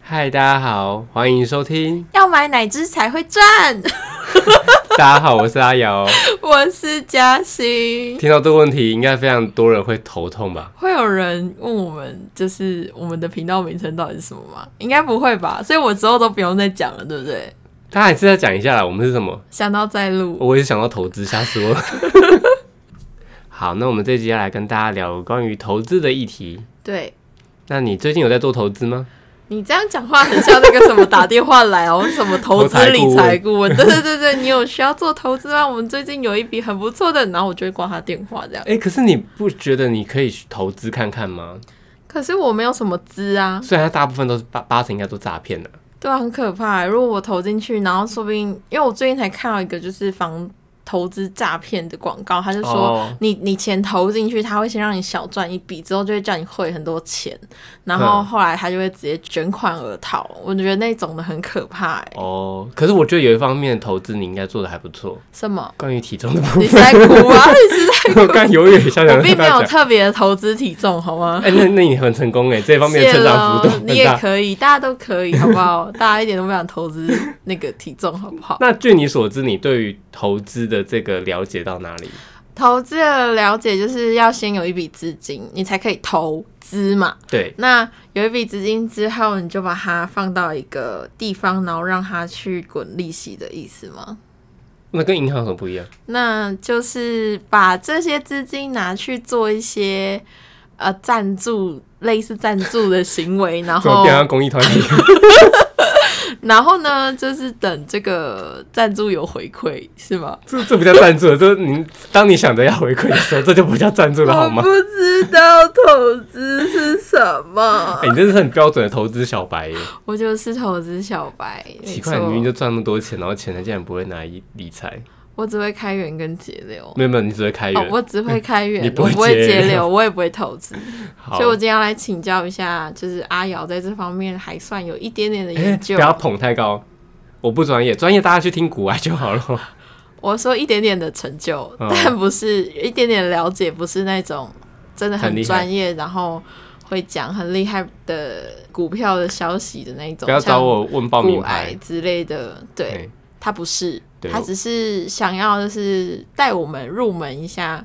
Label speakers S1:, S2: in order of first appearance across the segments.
S1: 嗨，大家好，欢迎收听。
S2: 要买哪只才会赚？
S1: 大家好，我是阿瑶。
S2: 我是嘉欣。
S1: 听到这个问题，应该非常多人会头痛吧？
S2: 会有人问我们，就是我们的频道名称到底是什么吗？应该不会吧，所以我之后都不用再讲了，对不对？
S1: 大家还是再讲一下啦，我们是什么？
S2: 想到再录，
S1: 我也是想到投资，吓死 我了。好，那我们这集要来跟大家聊关于投资的议题。
S2: 对
S1: 那你最近有在做投资吗？
S2: 你这样讲话很像那个什么打电话来哦，什么投资理财顾问，对对对对，你有需要做投资吗？我们最近有一笔很不错的，然后我就会挂他电话这样。
S1: 哎、可是你不觉得你可以去投资看看吗？
S2: 可是我没有什么资啊，
S1: 虽然它大部分都是八八成应该都诈骗的。
S2: 对啊，很可怕欸。如果我投进去，然后说不定，因为我最近才看到一个就是防投资诈骗的广告，他就说、
S1: 哦
S2: 你你钱投进去，他会先让你小赚一笔，之后就会叫你汇很多钱，然后
S1: 嗯
S2: 后来他就会直接卷款而逃。我觉得那种的很可怕、欸。
S1: 哦，可是我觉得有一方面的投资你应该做的还不错，
S2: 什么？
S1: 关于体重的部
S2: 你是在哭啊？ 你是在
S1: 分，我刚犹豫了一下，想
S2: 我
S1: 跟
S2: 并没
S1: 大家
S2: 有
S1: 讲。
S2: 特别的投资体重，好吗？
S1: 哎、那那你很成功哎，这方面的
S2: 谢
S1: 成长
S2: 喽
S1: 幅度，
S2: 你
S1: 很
S2: 也
S1: 大。
S2: 可以，大家都可以，好不好？大家一点都不想投资那个体重，好不好？
S1: 那据你所知，你对于投资的这个了解到哪里？
S2: 投资的了解就是要先有一笔资金，你才可以投资嘛。
S1: 对，
S2: 那有一笔资金之后，你就把它放到一个地方，然后让它去滚利息的意思吗？
S1: 那跟银行有什么不一样？
S2: 那就是把这些资金拿去做一些呃赞助，类似赞助的行为，然
S1: 怎么
S2: 后
S1: 变成公益团 体？
S2: 然后呢，就是等这个赞助有回馈，是吗？
S1: 这这不叫赞助，这你当你想着要回馈的时候，这就不叫赞助了好
S2: 我
S1: 吗？
S2: 不知道投资是什么
S1: 哎、。你真的是很标准的投资小白耶！
S2: 我就是投资小白，
S1: 奇
S2: 没
S1: 怪，你明明
S2: 错，
S1: 就赚那么多钱，然后钱他竟然不会拿来理财？
S2: 我只会开源跟节流。
S1: 没有没有，你只会开
S2: 哦
S1: 源。，嗯
S2: 我只会开源，
S1: 你不会
S2: 我不会
S1: 节流
S2: 节流，我也不会投资，
S1: 好
S2: 所以，我今天要来请教一下，就是阿瑶在这方面还算有一点点的
S1: 哎、
S2: 研
S1: 不
S2: 究。
S1: 要捧太高，我不专业，专业大家去听古玩就好 了。
S2: 我说一点点的成就，
S1: 哦
S2: 但不是一点点了解，不是那种真的
S1: 很厉
S2: 很
S1: 害
S2: 专业，然后会讲很厉害的股票的消息的那一种。
S1: 不要找
S2: 像
S1: 我问报
S2: 骨
S1: 名
S2: 癌
S1: 牌。
S2: 之类的，对
S1: 哎
S2: 他不是，
S1: 对
S2: 他只是想要就是带我们入门一下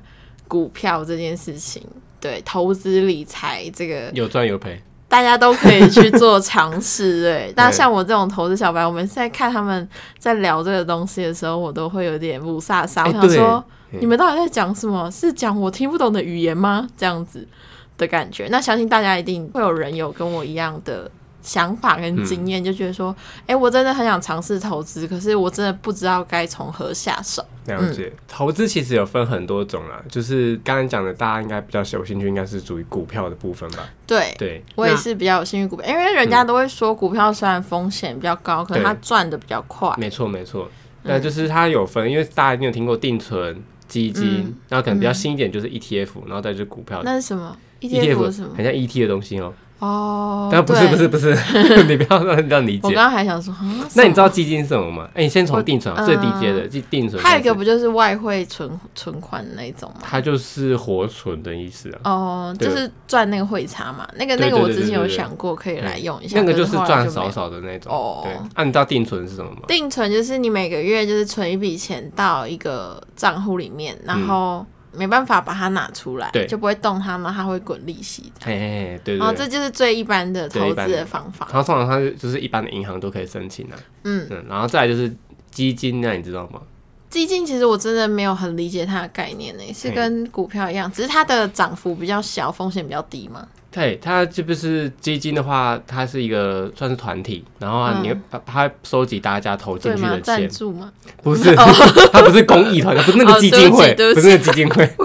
S2: 股票这件事情，对投资理财这个
S1: 有赚有赔，
S2: 大家都可以去做尝试， 对。那像我这种投资小白，我每次在看他们在聊这个东西的时候，我都会有点不飒飒，
S1: 哎
S2: 我想说
S1: 对嗯
S2: 你们到底在讲什么？是讲我听不懂的语言吗？这样子的感觉。那相信大家一定会有人有跟我一样的。想法跟
S1: 嗯
S2: 经验，就觉得说，哎、我真的很想尝试投资，可是我真的不知道该从何下手。
S1: 了解，
S2: 嗯
S1: 投资其实有分很多种啦，就是刚刚讲的，大家应该比较有兴趣，应该是属于股票的部分吧？
S2: 对，
S1: 对，
S2: 我也
S1: 那
S2: 是比较有兴趣股票，因为人家都会说股票虽然风险比较高，可是
S1: 对
S2: 它赚的比较快。
S1: 没错没错，
S2: 嗯
S1: 那就是它有分，因为大家一定有听过定存、基金，然后可能比较新一点就是 ETF，、然后再就是股票。
S2: 嗯
S1: E
S2: 那是什么
S1: ETF
S2: 是什么？
S1: 很像 ET 的东西哦、
S2: 哦，
S1: 但不是
S2: 对
S1: 不是，不是， 你不要乱乱理
S2: 我
S1: 解
S2: 刚。刚还想说，啊
S1: 那你知？
S2: 什
S1: 道基金是什么吗？哎、你先从定存
S2: 我
S1: 最低阶的，即定存
S2: 么
S1: 开
S2: 还有
S1: 始。
S2: 一个不就是外汇存存款那一种吗？
S1: 它就是活存的意思啊。
S2: 哦，
S1: 对
S2: 就是赚那个汇差嘛，那个
S1: 对
S2: 那个
S1: 对
S2: 我
S1: 对
S2: 之前
S1: 对
S2: 有
S1: 对
S2: 想过可以来用一下，
S1: 那个
S2: 可
S1: 就是
S2: 后来
S1: 赚
S2: 就没
S1: 少
S2: 有。
S1: 少的那种。
S2: 哦
S1: 对，啊，你知道定存是什么吗？
S2: 定存就是你每个月就是存一笔钱到一个账户里面，然后没办法把它拿出来
S1: 嗯对，
S2: 就不会动它嘛，它会滚利息的。
S1: 嘿嘿嘿，对对
S2: 然后
S1: 对。
S2: 哦这就是最一般的
S1: 对
S2: 投
S1: 一般
S2: 资
S1: 的
S2: 的方法
S1: 然。后通常它是就是一般的银行都可以申请的、
S2: 嗯，
S1: 嗯，然后再来就是基金，那你知道吗？
S2: 基金其实我真的没有很理解它的概念呢、是
S1: 嘿
S2: 跟股票一样，只是它的涨幅比较小，风险比较低嘛。
S1: 对，它这不是基金的话，它是一个算是团体，然后啊
S2: 嗯
S1: 你会把它收集大家投进
S2: 对
S1: 去
S2: 吗
S1: 的？
S2: 赞
S1: 钱，
S2: 助吗？
S1: 不是， 它不是公益团，不是那个
S2: 哦
S1: 基
S2: 对
S1: 金
S2: 不起
S1: 会，
S2: 对
S1: 不
S2: 不
S1: 是那个基金 会，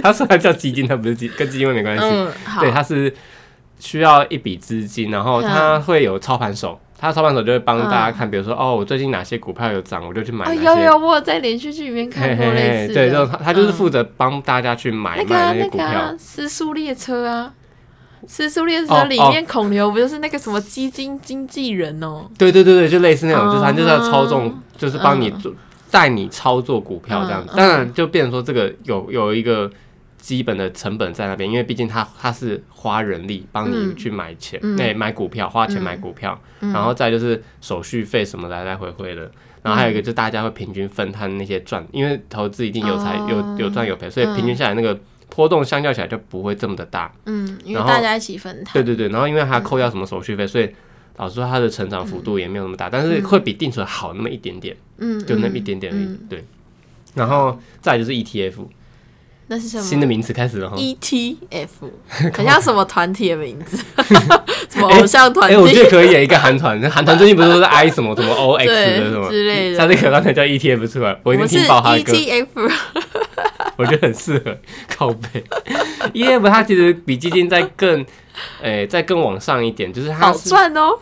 S1: 它虽然叫基金，它不是基跟基金会没关系，
S2: 嗯，好嗯
S1: 对，，它是需要一笔资金，然后它会有操盘手，它操盘手就会帮大家看，比如说哦，我最近哪些股票有涨，我就去买
S2: 哦，
S1: 哪些。
S2: 有有，我有在连续剧里面看过类似的。
S1: 对，就是他，他就是
S2: 嗯
S1: 负责帮大家去买
S2: 那个啊
S1: 卖些
S2: 那
S1: 股
S2: 个啊
S1: 票，，
S2: 私速列车啊，私速列
S1: 哦
S2: 车里面孔刘不就是那个什么基金经纪人哦？
S1: 对对对对，就类似那种，
S2: 哦
S1: 就是他就是要操纵，就是帮你做带你操作股票这样子。
S2: 嗯嗯嗯
S1: 当然，就变成说这个有有一个基本的成本在那边，因为毕竟他他是花人力帮你
S2: 嗯
S1: 去买钱，
S2: 嗯
S1: 那、买股票花钱买股票，嗯然后再就是手续费什么来来回回的。然后还有
S2: 嗯
S1: 一个，就大家会平均分摊那些赚，因为投资一定有才有有
S2: 哦
S1: 赚有赔，所以平均下来那个波动相较起来就不会这么的大。
S2: 嗯，因为
S1: 然后
S2: 大家一起分
S1: 对
S2: 摊，
S1: 对对，然后因为还扣掉什么手续费，所以老实说它的成长幅度也没有那么大，但是会比定存好那么一点点，
S2: 嗯，
S1: 就那么
S2: 嗯
S1: 一点点而已
S2: 嗯。
S1: 对，然后再来就是 ETF，
S2: 那是什么？
S1: 新的名词开始了哈。
S2: ETF，很像什么团体的名字，什么偶像团
S1: 哎，我觉
S2: 体，
S1: 得可以耶，一个韩团，那韩团最近不是都 是 I 什么什么 OX 的
S2: 对
S1: 什么
S2: 之类的
S1: 下次可以让他叫 ETF 出来，我一定
S2: 们是 E
S1: 听爆他的歌，
S2: ETF，
S1: 我觉得很适合靠背。ETF 它其实比基金再更，哎，再更往上一点，就是它
S2: 好
S1: 是
S2: 赚哦。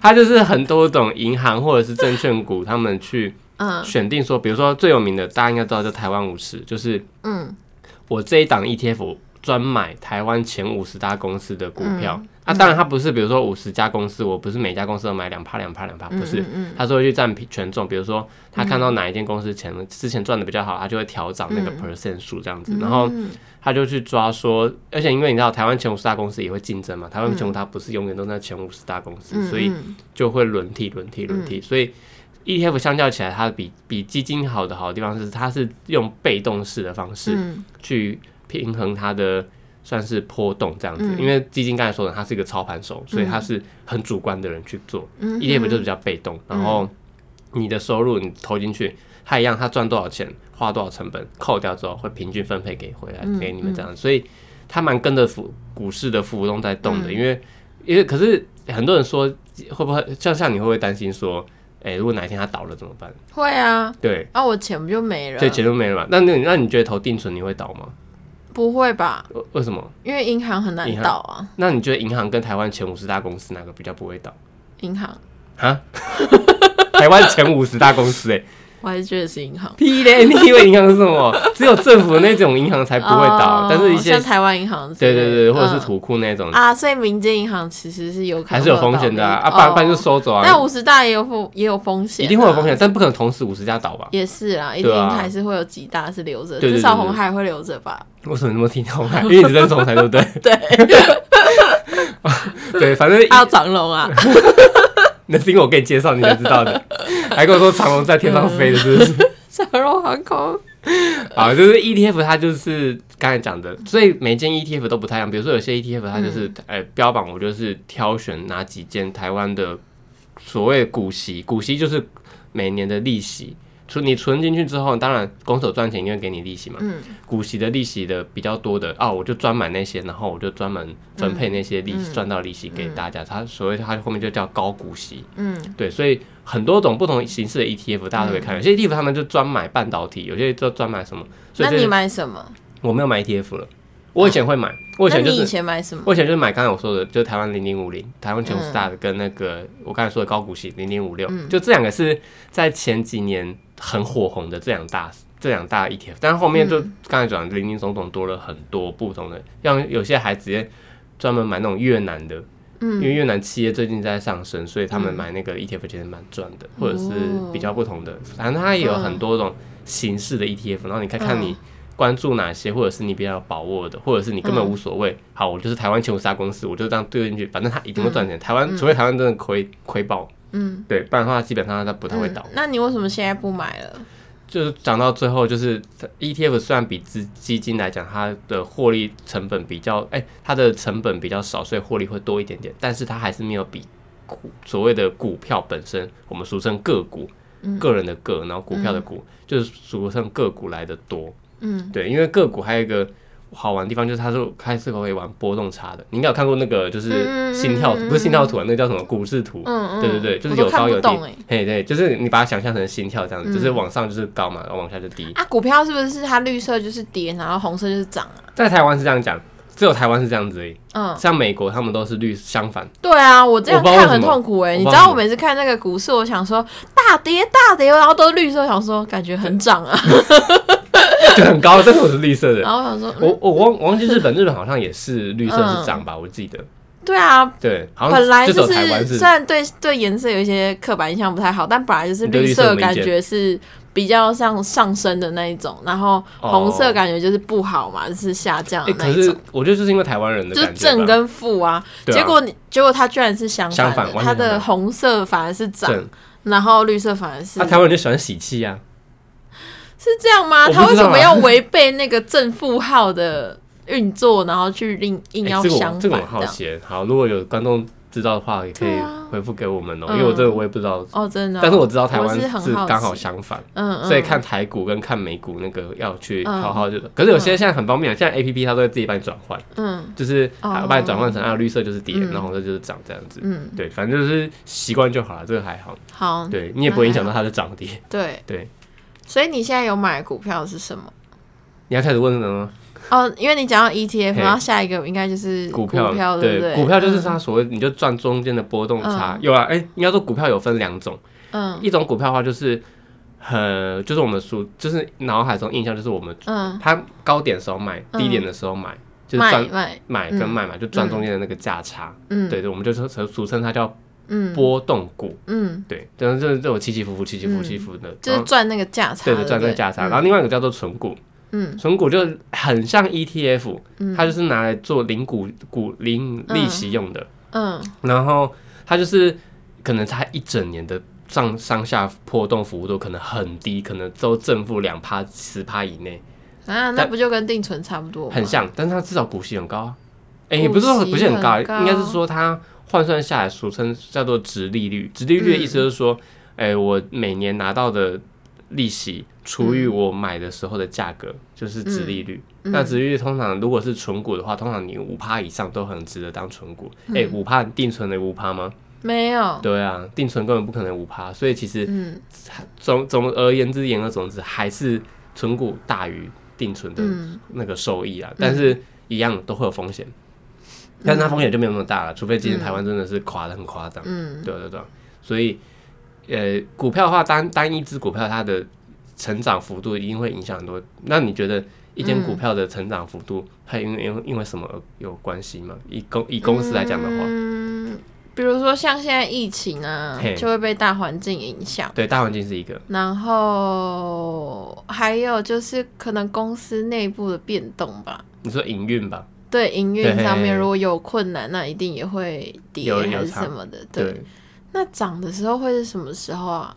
S1: 它就是很多种银行或者是证券股他们去。
S2: 嗯
S1: 选定说，比如说最有名的，大家应该知道，就台湾五十，就是
S2: 嗯
S1: 我这一档 ETF 专买台湾前五十大公司的股票。啊，当然它不是，比如说五十家公司，我不是每家公司都买两趴两趴两趴，
S2: 嗯
S1: 不是
S2: 嗯，嗯
S1: 它是会去占比权重。比如说他看到哪一间公司前之前赚的比较好，他就会调涨那个 percent 数这样子，然后
S2: 嗯
S1: 他就去抓说，而且因为你知道台湾前五十大公司也会竞争嘛，台湾前五它不是永远都在前五十大公司，
S2: 嗯
S1: 所以
S2: 嗯
S1: 就会轮替、轮替、轮替。所以 ETF 相较起来，它比比基金好的好的地方是，它是用被动式的方式
S2: 嗯
S1: 去平衡它的算是波动这样子。
S2: 嗯
S1: 因为基金刚才说的，它是一个操盘手，所以它是很主观的人去做。
S2: 嗯
S1: ETF 就比较被动，然后你的收入你投进去，它一样，它赚多少钱，花多少成本，扣掉之后会平均分配给回来、
S2: 嗯
S1: 给你们这样，所以它蛮跟着浮股市的浮动在动
S2: 嗯
S1: 的，因为因为可是很多人说会不会像像你会不会担心说，哎、如果哪一天它倒了怎么办？
S2: 会啊，
S1: 对，
S2: 啊我钱不就没了
S1: 所以？钱都没了嘛。那那你那你觉得投定存你会倒吗？
S2: 不会吧？
S1: 为为什么？
S2: 因为银行很难
S1: 银行
S2: 倒啊，
S1: 那你觉得银行跟台湾前五十大公司哪个比较不会倒
S2: 银行，
S1: 啊？ 台湾前五十大公司 哎、
S2: 我还是觉得是银行。
S1: 屁嘞！ 你以为银行是什么？只有政府那种银行才不会倒，
S2: 哦
S1: 但是一些
S2: 像台湾银行之
S1: 对
S2: 类的，
S1: 对对，或者是
S2: 嗯
S1: 土库那种，
S2: 啊，所以民间银行其实是有可能
S1: 还是有
S2: 会倒
S1: 风险的啊，啊
S2: 闭
S1: 不然不然就
S2: 哦
S1: 收走啊
S2: 但，五十大也有风也有风险、啊
S1: 一定会有风，险，但不可能同时五十家倒吧？
S2: 也是啦，一
S1: 对
S2: 定
S1: 啊
S2: 还是会有几大是留着，
S1: 对对对
S2: 至少
S1: 对
S2: 红海会留着吧。
S1: 为什么那么听红海？因 为你认同才对不对？
S2: 对，
S1: 对，反正
S2: 还有长 隆啊，
S1: 那是因为我给你介绍，你才知道的，还跟我说长龙在天上飞的，是不是？
S2: 长隆航空，
S1: 啊，就是 ETF 它就是刚才讲的，所以每间 ETF 都不太一样。比如说有些 ETF 它就是，呃，标榜我就是挑选哪几间台湾的所谓股息，股息就是每年的利息。存你存进去之后，当然公司有赚钱，因为给你利息嘛。
S2: 嗯
S1: 股息的利息的比较多的啊，我就专买那些，然后我就专门分配那些利息赚、到利息给大家。它所谓它后面就叫高股息。
S2: 嗯
S1: 对，所以很多种不同形式的 ETF 大家都可以看，有些 ETF 他们就专买半导体，有些就专买什么。所以
S2: 那
S1: 这
S2: 你买什么？
S1: 我没有买 ETF 了，我以前会买，我以
S2: 那
S1: 前就
S2: 你以
S1: 是
S2: 前买什么？
S1: 我以前就是买刚才我说的，就是台湾零零五零、台湾琼斯大的跟那个我刚才说的高股息零零五六，
S2: 嗯
S1: 就这两个是在前几年很火红的这两大这两大 ETF，但是后面就
S2: 嗯
S1: 刚才讲的零零总总多了很多不同的，像有些还直接专门买那种越南的。
S2: 嗯
S1: 因为越南企业最近在上升，所以他们买那个 ETF 其实蛮赚的，或者是
S2: 哦
S1: 比较不同的，反正它也有很多种形式的 E ETF，然后你看看你关注哪些，或者是你比较有把握的，或者是你根本无所谓。好，我就是台湾前五十大公司，我就这样丢进去，反正它一定会赚钱。台湾除非台湾真的亏亏爆，
S2: 嗯，
S1: 对，不然的话基本上它不太会倒。
S2: 嗯那你为什么现在不买了？
S1: 就是讲到最后，就是 ETF 虽然比资基金来讲，它的获利成本比较，哎、它的成本比较少，所以获利会多一点点，但是它还是没有比股所谓的股票本身，我们俗称个股，
S2: 嗯
S1: 个人的个，然后股票的股，就是俗称个股来的多。
S2: 嗯，
S1: 对，因为个股还有一个好玩的地方就是它是开始可以玩波动差的。你应该有看过那个就是
S2: 嗯
S1: 心跳，
S2: 嗯嗯
S1: 不是心跳图啊，那个叫什么股市图？
S2: 嗯嗯
S1: 对对对，就是
S2: 我都
S1: 有高有
S2: 看
S1: 低
S2: 不懂欸。嗯
S1: 嘿，对，就是你把它想象成心跳这样子，就是往上就是高嘛，然后往下就低。
S2: 啊，股票是不是它绿色就是跌，然后红色就是涨啊？
S1: 在台湾是这样讲，只有台湾是这样子而已。
S2: 嗯，
S1: 像美国他们都是绿相反，
S2: 对啊，我这样
S1: 我不知道为
S2: 看
S1: 什
S2: 很
S1: 么
S2: 痛苦哎、
S1: 我不
S2: 你
S1: 知道为
S2: 知
S1: 什
S2: 道
S1: 么
S2: 我每次看那个股市，我想说大跌大跌，然后都是绿色，我想说感觉很涨啊，
S1: 就很高，但是我是绿色的。
S2: 然后我想说，嗯、
S1: 我我忘忘记日本，日本好像也是绿色是涨吧，我记得。
S2: 对啊，
S1: 对，好像
S2: 本来
S1: 只有
S2: 就
S1: 台湾
S2: 是，
S1: 是
S2: 虽然对对颜色有一些刻板印象不太好，但本来就是
S1: 你对
S2: 绿
S1: 绿色
S2: 色，
S1: 没意见
S2: 感觉是比较像上升的那一种，然后红色感觉就是不好嘛，就是下降
S1: 哎、
S2: 的啊那
S1: 哦可
S2: 一
S1: 是
S2: 种，
S1: 我觉得就是因为台湾人的
S2: 就是
S1: 感觉吧，
S2: 正跟负啊。
S1: 对啊
S2: 结果你结果它居然是相
S1: 相
S2: 反
S1: 反
S2: 的，
S1: 完全相
S2: 它的
S1: 反
S2: 红色反而是涨，
S1: 正，
S2: 然后绿色反而是
S1: 那、啊台湾人就喜欢喜气啊，
S2: 是这样吗？
S1: 我不
S2: 他为
S1: 知
S2: 什
S1: 道啊
S2: 么要违背那个正负号的运作，然后去硬硬
S1: 哎
S2: 要
S1: 这个
S2: 相
S1: 我
S2: 反
S1: 这个我好
S2: 这样
S1: 奇。好，如果有观众知道的话，也可以
S2: 对啊
S1: 回复给我们哦、
S2: 嗯
S1: 因为我这个我也不知道，
S2: 哦，真的哦、
S1: 但是我知道台
S2: 我
S1: 湾
S2: 是很
S1: 是
S2: 好奇
S1: 刚好相反。
S2: 嗯嗯，
S1: 所以看台股跟看美股那个要去
S2: 嗯
S1: 好好就，可是有些现在很方便啊，现在 A P P 它都会自己帮你转换，
S2: 嗯
S1: 就是
S2: 哦
S1: 它把你转换成啊绿色就是跌，
S2: 嗯
S1: 然后红色就是涨这样子。
S2: 嗯
S1: 对，反正就是习惯就好了，这个还好。
S2: 好
S1: 对你也不会影响到它的涨跌。
S2: 对
S1: 对，
S2: 所以你现在有买的股票是什么？
S1: 你要开始问了吗？
S2: 哦，因为你讲到 ETF，
S1: 嘿
S2: 然后下一个应该就是
S1: 股
S2: 票，
S1: 票，
S2: 对不对？嗯
S1: 股票就是它所谓你就赚中间的波动差。有啊，哎，应该说股票有分两种，
S2: 嗯
S1: 一种股票的话就是很就是我们熟，就是脑海中印象就是我们
S2: 嗯，
S1: 它高点的时候买，
S2: 嗯
S1: 低点的时候买，就是
S2: 卖
S1: 赚
S2: 卖，
S1: 买跟卖嘛，就赚中间的那个价差。
S2: 嗯
S1: 对对，我们就说俗称它叫
S2: 嗯
S1: 波动股。
S2: 嗯，
S1: 对，但是这这种起起伏伏、起起伏伏起起伏的，
S2: 就
S1: 然
S2: 是
S1: 后
S2: 赚那个价差，
S1: 嗯对
S2: 不
S1: 对
S2: 对，
S1: 赚这个价差。然后另外一个叫做纯股，
S2: 嗯
S1: 纯股就很像 ETF，
S2: 嗯
S1: 它就是拿来做零股股零利息用的。
S2: 嗯嗯
S1: 然后它就是可能它一整年的上上下波动幅度可能很低，可能都正负两趴、十趴以内。
S2: 啊，那
S1: 但
S2: 不就跟定存差不多吗？
S1: 很像，但是它至少股息很高啊。哎、
S2: 股息
S1: 也不是说股息很高啊，
S2: 很高
S1: 应该是说它换算下来俗称叫做值利率。值利率
S2: 嗯
S1: 的意思就是说，哎、我每年拿到的利息除以我买的时候的价格，就是值利率。
S2: 嗯
S1: 那值利率通常如果是纯股的话，通常你五趴以上都很值得当纯股。
S2: 嗯
S1: 哎、五趴定存的五趴吗？
S2: 没有，
S1: 对啊，定存根本不可能五趴，所以其实
S2: 嗯
S1: 总总而言之，言而总之还是存股大于定存的
S2: 嗯
S1: 那个收益啊，但是一样都会有风险，但是它风险就没有那么大了，除非今天台湾真的是垮的很夸张，
S2: 嗯
S1: 对对对，所以呃，股票的话单单一只股票它的成长幅度一定会影响很多。那你觉得一间股票的成长幅度，它因为因为因为什么而有关系吗？以公以公司来讲的话，
S2: 嗯，比如说像现在疫情啊
S1: 嘿，
S2: 就会被大环境影响。
S1: 对大环境是一个，
S2: 然后还有就是可能公司内部的变动吧，
S1: 你说营运吧，
S2: 对营运上
S1: 对
S2: 面如果有困难，那一定也会跌
S1: 有
S2: 还
S1: 有
S2: 是
S1: 差
S2: 什么的。对，
S1: 对，
S2: 那涨的时候会是什么时候啊？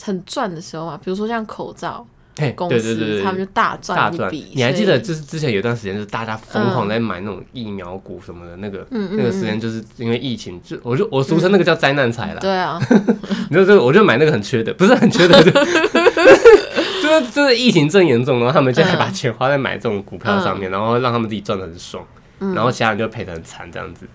S2: 很赚的时候啊嘛，比如说像口罩
S1: 嘿，
S2: 公
S1: 对对对
S2: 司，
S1: 对
S2: 他们就大
S1: 大
S2: 赚一
S1: 赚
S2: 笔。。
S1: 你还记
S2: 所
S1: 得
S2: 以嗯
S1: 就是之前有一段时间，就是大家疯狂在买那种疫苗股什么的，那个
S2: 嗯嗯嗯
S1: 那个时间就是因为疫情，就我就我俗称那个叫灾难财啦。
S2: 对 啊，
S1: 你知道这个，我就买那个很缺的，不是很缺的，就就是 就是疫情正严重，然后他们就还
S2: 嗯
S1: 把钱花在买这种股票上面，然后让他们自己赚的很爽，
S2: 嗯
S1: 然后其他人就赔的很惨这样子。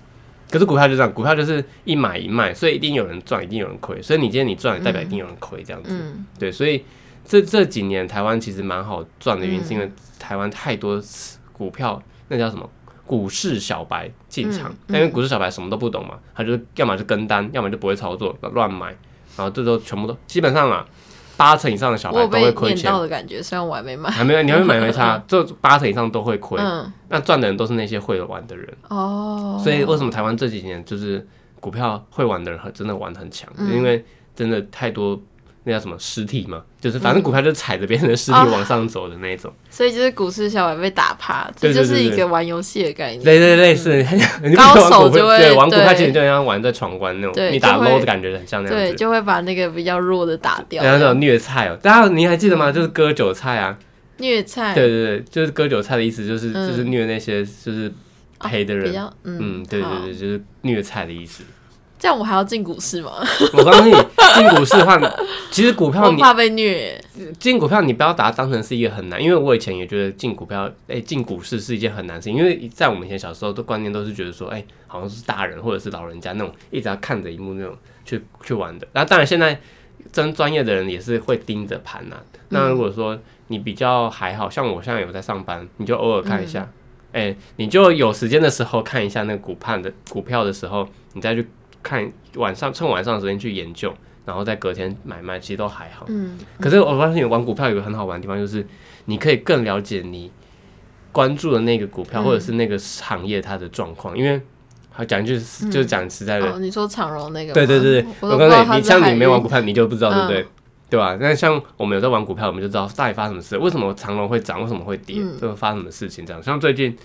S1: 可是股票就这样，股票就是一买一卖，所以一定有人赚，一定有人亏。所以你今天你赚，代表一定有人亏这样子。
S2: 嗯
S1: 对，所以这这几年台湾其实蛮好赚的原因，是因
S2: 嗯
S1: 为台湾太多股票，那叫什么股市小白进场，
S2: 嗯
S1: 但因为股市小白什么都不懂嘛，他就是要么就跟单，要么就不会操作乱买，然后这都全部都基本上啊，八成以上的小
S2: 我
S1: 白
S2: 有
S1: 都会
S2: 被
S1: 亏
S2: 念
S1: 钱啊
S2: 到。的感觉，虽然我还没买。
S1: 还没有，你还没买没 差，这八成以上都 会亏。
S2: 嗯，
S1: 那赚的人都是那些会玩的人，
S2: 哦，
S1: 所以为什么台湾这几年就是股票会玩的人很真的玩得很强，
S2: 嗯
S1: 因为真的太多那叫什么尸体嘛，就是反正股票就是踩着别人的尸体
S2: 啊
S1: 往上走的那一种，
S2: 所以就是股市小白被打趴，这
S1: 对对
S2: 就
S1: 对
S2: 是一
S1: 对
S2: 个玩游戏的概念。
S1: 类类类 似，你不
S2: 高
S1: 觉得玩
S2: 手
S1: 股
S2: 就
S1: 票
S2: 会
S1: 对玩股票
S2: 对
S1: 其实就像玩在闯关那
S2: 对
S1: 种，你打
S2: 就会
S1: low 的感觉很像那样
S2: 对，
S1: 子。
S2: 就会把那个比较弱的打掉，嗯
S1: 然后那种虐菜哦、大家你还记得吗？就是割韭菜啊，
S2: 虐菜，
S1: 对对对，就是割韭菜的意思，就是、
S2: 哎嗯啊
S1: 就是虐那些就是赔的
S2: 比
S1: 人，
S2: 较嗯
S1: 嗯，对对
S2: 好
S1: 对，就是虐菜的意思。
S2: 这样我还要进股市吗？
S1: 我告诉你，进股市的话，其实股票
S2: 我
S1: 你
S2: 怕被虐，
S1: 进股票你不要把它当成是一个很难，因为我以前也觉得进股票，哎、进股市是一件很难的事情，因为在我们以前小时候的观念都是觉得说，哎、好像是大人或者是老人家那种一直要看着一幕那种去去玩的。然后当然现在真专业的人也是会盯着盘呐。那如果说你比较还好像我现在有在上班，你就偶尔看一下，哎、你就有时间的时候看一下那个股判的股票的时候，你再去看晚上趁晚上的时间去研究，然后再隔天买卖，其实都还好。
S2: 嗯
S1: 可是我发现玩股票有个很好玩的地方，就是你可以更了解你关注的那个股票、
S2: 嗯
S1: 或者是那个行业它的状况，因为好讲句实就是讲实在的，
S2: 嗯哦，你说长荣那个吗，
S1: 对对对对，
S2: 我
S1: 我
S2: 都
S1: 告
S2: 不知道
S1: 诉
S2: 他
S1: 你，
S2: 是
S1: 你像
S2: 海
S1: 你没玩
S2: 运嗯
S1: 股票，你就不知道对不对？对吧、那像我们有在玩股票，我们就知道到底发生什么事，为什么长隆会涨，为什么会跌，
S2: 嗯
S1: 这会发生什么事情这样。像最近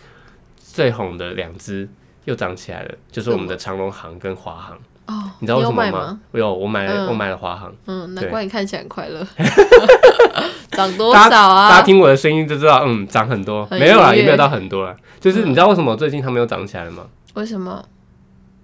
S1: 最红的两只又涨起来了，就是我们的长隆行跟华航，
S2: 哦，
S1: 你知道为
S2: 有
S1: 什么
S2: 买
S1: 吗？？我有，我买了，
S2: 嗯
S1: 我买了华航。
S2: 嗯，
S1: 对
S2: 难怪你看起来很 快乐，涨多
S1: 大家
S2: 少
S1: 大家
S2: 啊？
S1: 听我的声音就知道，嗯，涨很多，
S2: 很嗯
S1: 没有啦，
S2: 愉悦
S1: 也没有到很多啦。就是你知道为什么最近它没有涨起来了吗？
S2: 为什么？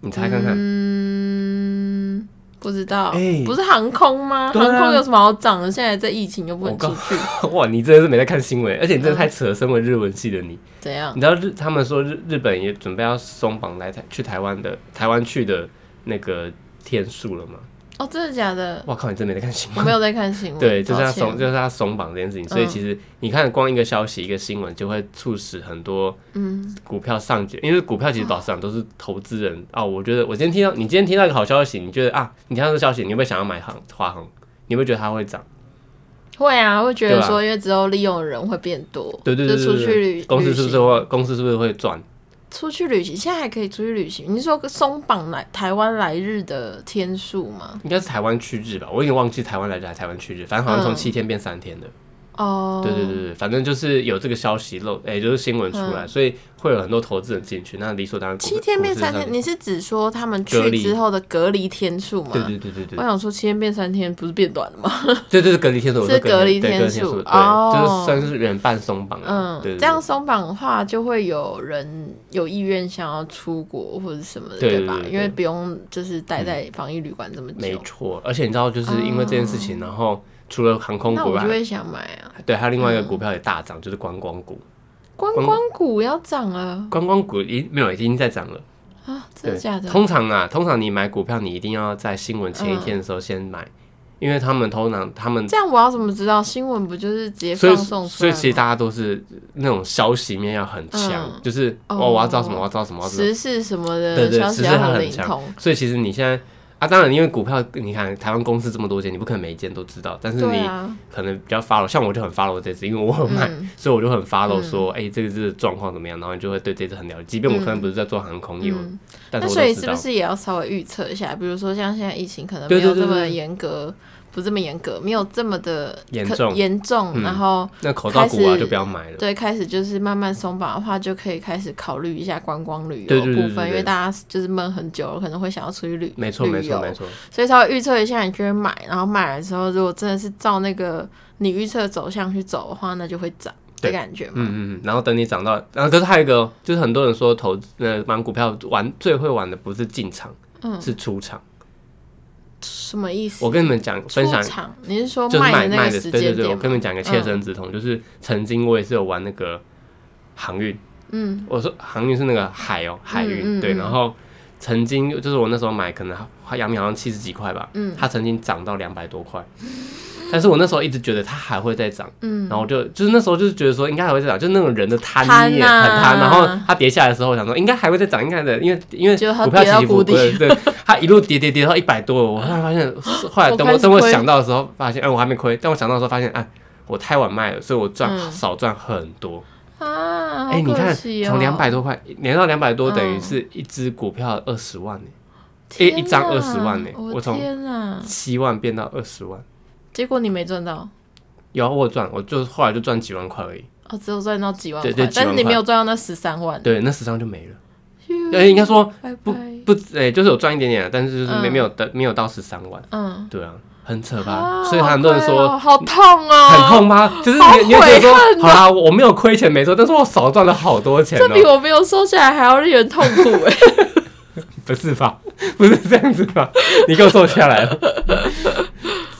S1: 你猜看看，
S2: 嗯，不知道
S1: 哎，
S2: 不是航空吗？
S1: 对啊
S2: 航空有什么好涨的？现在这疫情又不能
S1: 我告
S2: 出去，
S1: 哇，你真的是没在看新闻，而且你真的太扯了。身为日文系的你，
S2: 怎样？
S1: 你知道日他们说日日本也准备要松绑来台去台湾的台湾去的那个天数了吗？
S2: 哦，真的假的？
S1: 哇靠，你真没在看新
S2: 我
S1: 闻
S2: 没。有在看新 闻，
S1: 对，就是
S2: 嗯抱
S1: 要
S2: 歉
S1: 松，就是要松绑这件事情。所以
S2: 嗯
S1: 其实你看，光一个消息、一个新闻，就会促使很多
S2: 嗯，
S1: 股票上涨，因为股票其实老实讲都是投资人啊、我觉得我今天听到你今天听到一个好消息，你觉得啊，你听到这消息，你会不会想要买航华航？你会不会觉得它会涨？
S2: 会啊，会觉
S1: 对
S2: 得
S1: 吧
S2: 说，因为之后利用的人会变多，
S1: 对对对
S2: 就出
S1: 对
S2: 去旅
S1: 对，公司是不是
S2: 旅行
S1: 会公司是不是会赚？
S2: 出去旅行？现在还可以出去旅行？你是说松绑来台湾来日的天数吗？
S1: 应该是台湾去日吧，我有点忘记台湾来着还是台湾去日，反正好像从
S2: 嗯
S1: 七天变三天的。
S2: 哦，
S1: 对对对对，反正就是有这个消息漏，哎、就是新闻出来，所以会有很多投资人进去，那理所当然股。
S2: 七天变三
S1: 股市
S2: 天，
S1: 上
S2: 你是指说他们
S1: 隔
S2: 去
S1: 离
S2: 之后的隔离天数吗？
S1: 对对对对对
S2: 我，想说七天变三天，不是变短了吗？
S1: 对对对隔离天数，我说
S2: 是
S1: 隔离
S2: 隔
S1: 对
S2: 离
S1: 隔离天
S2: 天
S1: 数，
S2: 数
S1: 对，
S2: 哦
S1: 就是算是人半松绑了。
S2: 嗯，
S1: 对，对对
S2: 这样松绑的话，就会有人有意愿想要出国或者什么的，
S1: 对
S2: 吧
S1: 对对？对嗯
S2: 因为不用就是待在防疫旅馆这么
S1: 没
S2: 久，哦
S1: 错，而且你知道，就是因为这件事情，然后除了航空
S2: 那
S1: 股
S2: 我就
S1: 外，
S2: 会想买啊。
S1: 对，还有另外一个股票也大涨，就是观光股。
S2: 观光股要涨了
S1: 观光股已没有已经在涨了，
S2: 啊！真
S1: 对
S2: 的假的？
S1: 通常啊，通常你买股票，你一定要在新闻前一天的时候先
S2: 嗯
S1: 买，因为他们通常他们
S2: 这样我要怎么知道？新闻不就是直接
S1: 所
S2: 放
S1: 以
S2: 送出
S1: 所
S2: 来
S1: 以
S2: 吗？
S1: 其实大家都是那种消息面要很强，
S2: 嗯
S1: 就是
S2: 哦
S1: 哦，我要知道什么，我要知道什么，我要知道什么
S2: 时事什么
S1: 对
S2: 的
S1: 对
S2: 消
S1: 时
S2: 息
S1: 事
S2: 要
S1: 它
S2: 很
S1: 很
S2: 灵
S1: 强
S2: 通，
S1: 所以其实你现在啊，当然因为股票，你看台湾公司这么多间，你不可能每一间都知道，但是
S2: 对
S1: 你
S2: 啊，
S1: 可能比较 follow，像我就很 follow 这只，因为我有买，
S2: 嗯
S1: 所以我就很 follow 说，哎、这个字的状况怎么样，然后你就会对这只很了解。即便我可能不是在做航空业务，
S2: 嗯。
S1: 但
S2: 那
S1: 是我
S2: 所以
S1: 都知
S2: 是
S1: 道。
S2: 不是也要稍微预测一下？比如说像现在疫情可能
S1: 对
S2: 没
S1: 对
S2: 有
S1: 对
S2: 这么
S1: 对
S2: 严格，不这么严格，没有这么的
S1: 严
S2: 可
S1: 重
S2: 严重，
S1: 嗯
S2: 然后
S1: 那口罩股
S2: 开
S1: 啊
S2: 始
S1: 就不要买了。
S2: 对开始就是慢慢松绑的话，就可以开始考虑一下观光旅游
S1: 对对对对
S2: 部分，
S1: 对
S2: 因为大家就是闷很久了，可能会想要出去旅
S1: 没错，没
S2: 旅
S1: 错，
S2: 游
S1: 没，错。
S2: 所以稍微预测一下，你就会买，然后买了之后，如果真的是照那个你预测的走向去走的话，那就会涨的
S1: 对
S2: 感觉嘛。
S1: 嗯嗯嗯。然后等你涨到，然后可是还有一个哦，就是很多人说投呃玩股票玩最会玩的不是进场，
S2: 嗯
S1: 是出场。
S2: 什么意思？
S1: 我跟你们讲，分享
S2: 出场，你是说
S1: 就是
S2: 卖
S1: 卖
S2: 的那
S1: 卖
S2: 个
S1: 的，
S2: 时
S1: 对
S2: 间
S1: 对
S2: 点嗯
S1: 对，我
S2: 吗
S1: 跟你们讲一个切身之痛，就是曾经我也是有玩那个航运，
S2: 嗯，
S1: 我说航运是那个海哦，海运、
S2: 嗯嗯
S1: 对，
S2: 嗯
S1: 然后曾经就是我那时候买，可能阳明好像七十几块吧，
S2: 嗯
S1: 它曾经涨到两百多块，但是我那时候一直觉得它还会再涨，
S2: 嗯
S1: 然后我就就是那时候就是觉得说应该还会再涨，就是那种人的贪
S2: 贪
S1: 念
S2: 啊
S1: 很贪，然后它跌下来的时候，我想说应该还会再涨，应该的，因为因为
S2: 结果它
S1: 股票
S2: 跌到
S1: 起起伏
S2: 谷
S1: 伏，
S2: 底
S1: 对，对它一路跌跌跌到一百多，我后来发现，后来等
S2: 我开
S1: 我
S2: 始
S1: 等我
S2: 亏
S1: 想到的时候，发现哎我还没亏，但我想到的时候发现哎。我太晚卖了，所以我赚、
S2: 嗯
S1: 少赚很多。
S2: 啊，好
S1: 哎、你
S2: 可
S1: 看，
S2: 惜哦
S1: 从两百，多块连到两百多，等于
S2: 嗯
S1: 是一只股票二十万呢、
S2: 天
S1: 一一张
S2: 啊
S1: 20万呢
S2: 我
S1: 我从
S2: 天啊！
S1: 七万变到二十万，
S2: 结果你没赚到，
S1: 有啊我有赚，我就后来就赚几万块而已。
S2: 哦，只有赚到几万块
S1: 对对，几
S2: 但
S1: 万
S2: 是你没有赚到那十三万，
S1: 对，那十张就没了。
S2: 咻
S1: 呃，应该说
S2: 拜
S1: 不
S2: 拜，
S1: 不，哎、就是有赚一点点啊，但是就是没
S2: 嗯
S1: 没有的，没有到十三万。
S2: 嗯，
S1: 对啊，很扯吧？
S2: 啊
S1: 所以很多人说、
S2: 好亏哦好痛哦，
S1: 很，痛吗？就是
S2: 好
S1: 你你会觉得
S2: 悔啊
S1: 说，好啦，我没有亏钱没错，但是我少赚了好多钱
S2: 这
S1: 哦、
S2: 比我没有收起来还要令人痛苦 哎。
S1: 不是吧？ 不是这样子吧？你给我坐下来 了。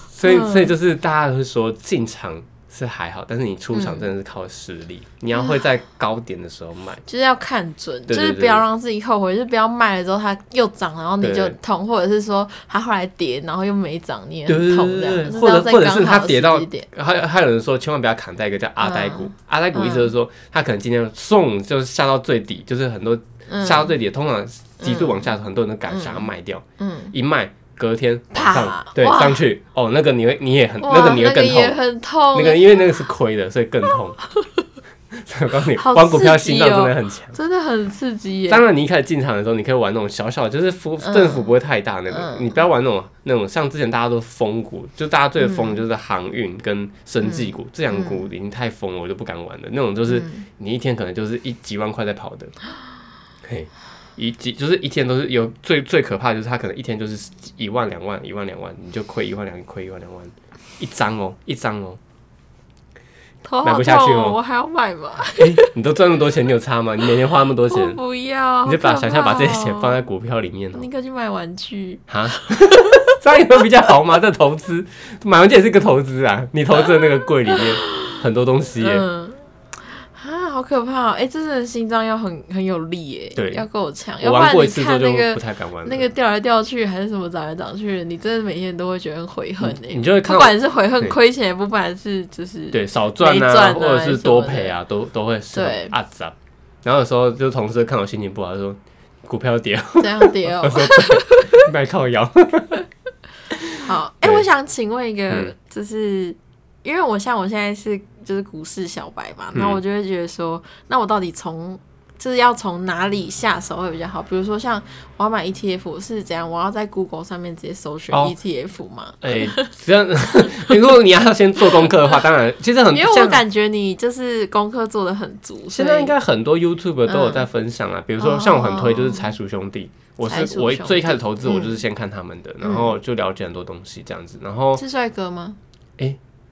S1: 所
S2: 嗯
S1: 以，所以就是大家会说进场是还好，但是你出
S2: 嗯
S1: 场真的是靠实力，你要会在高点的时候 买。
S2: 就是要看准，就
S1: 对对
S2: 是
S1: 对
S2: 不要让自己后悔，就是不要卖了之后它又涨，然后你就
S1: 对
S2: 痛，或者是说它后来跌，然后又没涨，你也
S1: 对对对
S2: 很痛
S1: 对
S2: 这样
S1: 对，
S2: 就
S1: 或
S2: 要
S1: 者
S2: 在
S1: 或者是
S2: 刚
S1: 它
S2: 好的
S1: 跌
S2: 时
S1: 到
S2: 机点，嗯
S1: 还还有人说千万不要砍在一个叫阿呆股，阿呆股意思就是说它可能今天送就是下到最底，就是很多
S2: 嗯
S1: 下到最底，通常急速往下，很多人都敢想要卖掉，
S2: 嗯，
S1: 一卖隔天
S2: 啪
S1: 往上对
S2: 哇
S1: 上去哦，那个你会你也很
S2: 哇
S1: 那个你会更
S2: 也
S1: 痛，
S2: 很痛，
S1: 那个因为那个是亏的，所以更痛。我告诉你，
S2: 好
S1: 光股票
S2: 刺激
S1: 心脏真
S2: 哦
S1: 的很强。
S2: 真的很刺激耶。
S1: 当然，你一开始进场的时候，你可以玩那种小小，就是幅振幅不会太大那个，你不要玩那种那种像之前大家都疯股，就大家最疯的就是航运跟生技股，这两股已经太疯了，我就不敢玩了。那种就是你一天可能就是一几万块在跑的，嘿，一几就是一天都是有最最可怕的就是他可能一天就是一万两万一万两万，你就亏一万两亏一万两万一张哦一张哦，
S2: 头
S1: 买
S2: 好
S1: 不
S2: 痛
S1: 下去
S2: 哦
S1: 哦，
S2: 我还要买吗？
S1: 哎、你都赚那么多钱，你有差吗？你每天花那么 多
S2: 我
S1: 钱。
S2: 不要。
S1: 你就把
S2: 好可怕
S1: 想象把这些钱
S2: 哦
S1: 放在股票里面哦，
S2: 你可以去买玩具。
S1: 啊， 这样也会比较好吗？这投资，买文件也是个投资啊。你投资的那个柜里面很多东西耶，
S2: 嗯，啊，好可怕、哦！哎、这真的心脏要很很有力耶，
S1: 对
S2: 要够强，要
S1: 我
S2: 不
S1: 玩
S2: 然
S1: 过
S2: 你
S1: 一次之后
S2: 看
S1: 就
S2: 那个
S1: 不太敢玩了。
S2: 那个掉来掉去还是什么长来长去的，你真的每天都会觉得很悔恨哎。
S1: 你就会看
S2: 不
S1: 到
S2: 管是悔恨
S1: 对
S2: 亏钱，不管是就是
S1: 对少赚
S2: 没赚啊
S1: 或者是多赔啊，都都会是
S2: 对
S1: 啊砸。然后有时候就同事看我心情不好，就说股票跌，
S2: 这样跌哦。
S1: 卖靠 腰。
S2: 好，哎、
S1: 对
S2: 我想请问一个
S1: 嗯，
S2: 就是、因为我像我现在是就是股市小白嘛，
S1: 嗯
S2: 那我就会觉得说，那我到底从就是要从哪里下手会比较好？比如说像我要买 ETF 是怎样？我要在 Google 上面直接搜寻 E
S1: 哦
S2: ETF 吗？
S1: 哎，这样， 如果你要先做功课的话，当然其实很
S2: 因为我
S1: 像
S2: 感觉你就是功课做的很足，
S1: 现在应
S2: 所
S1: 该很多 YouTube
S2: 嗯
S1: 都有在分享啊，比如说像我很推就是财鼠兄弟，我
S2: 财
S1: 是
S2: 哦鼠
S1: 我
S2: 兄弟嗯
S1: 最一开始投资我就是先看他们的，然后就了解很多东西这样子，然后
S2: 以是帅哥吗？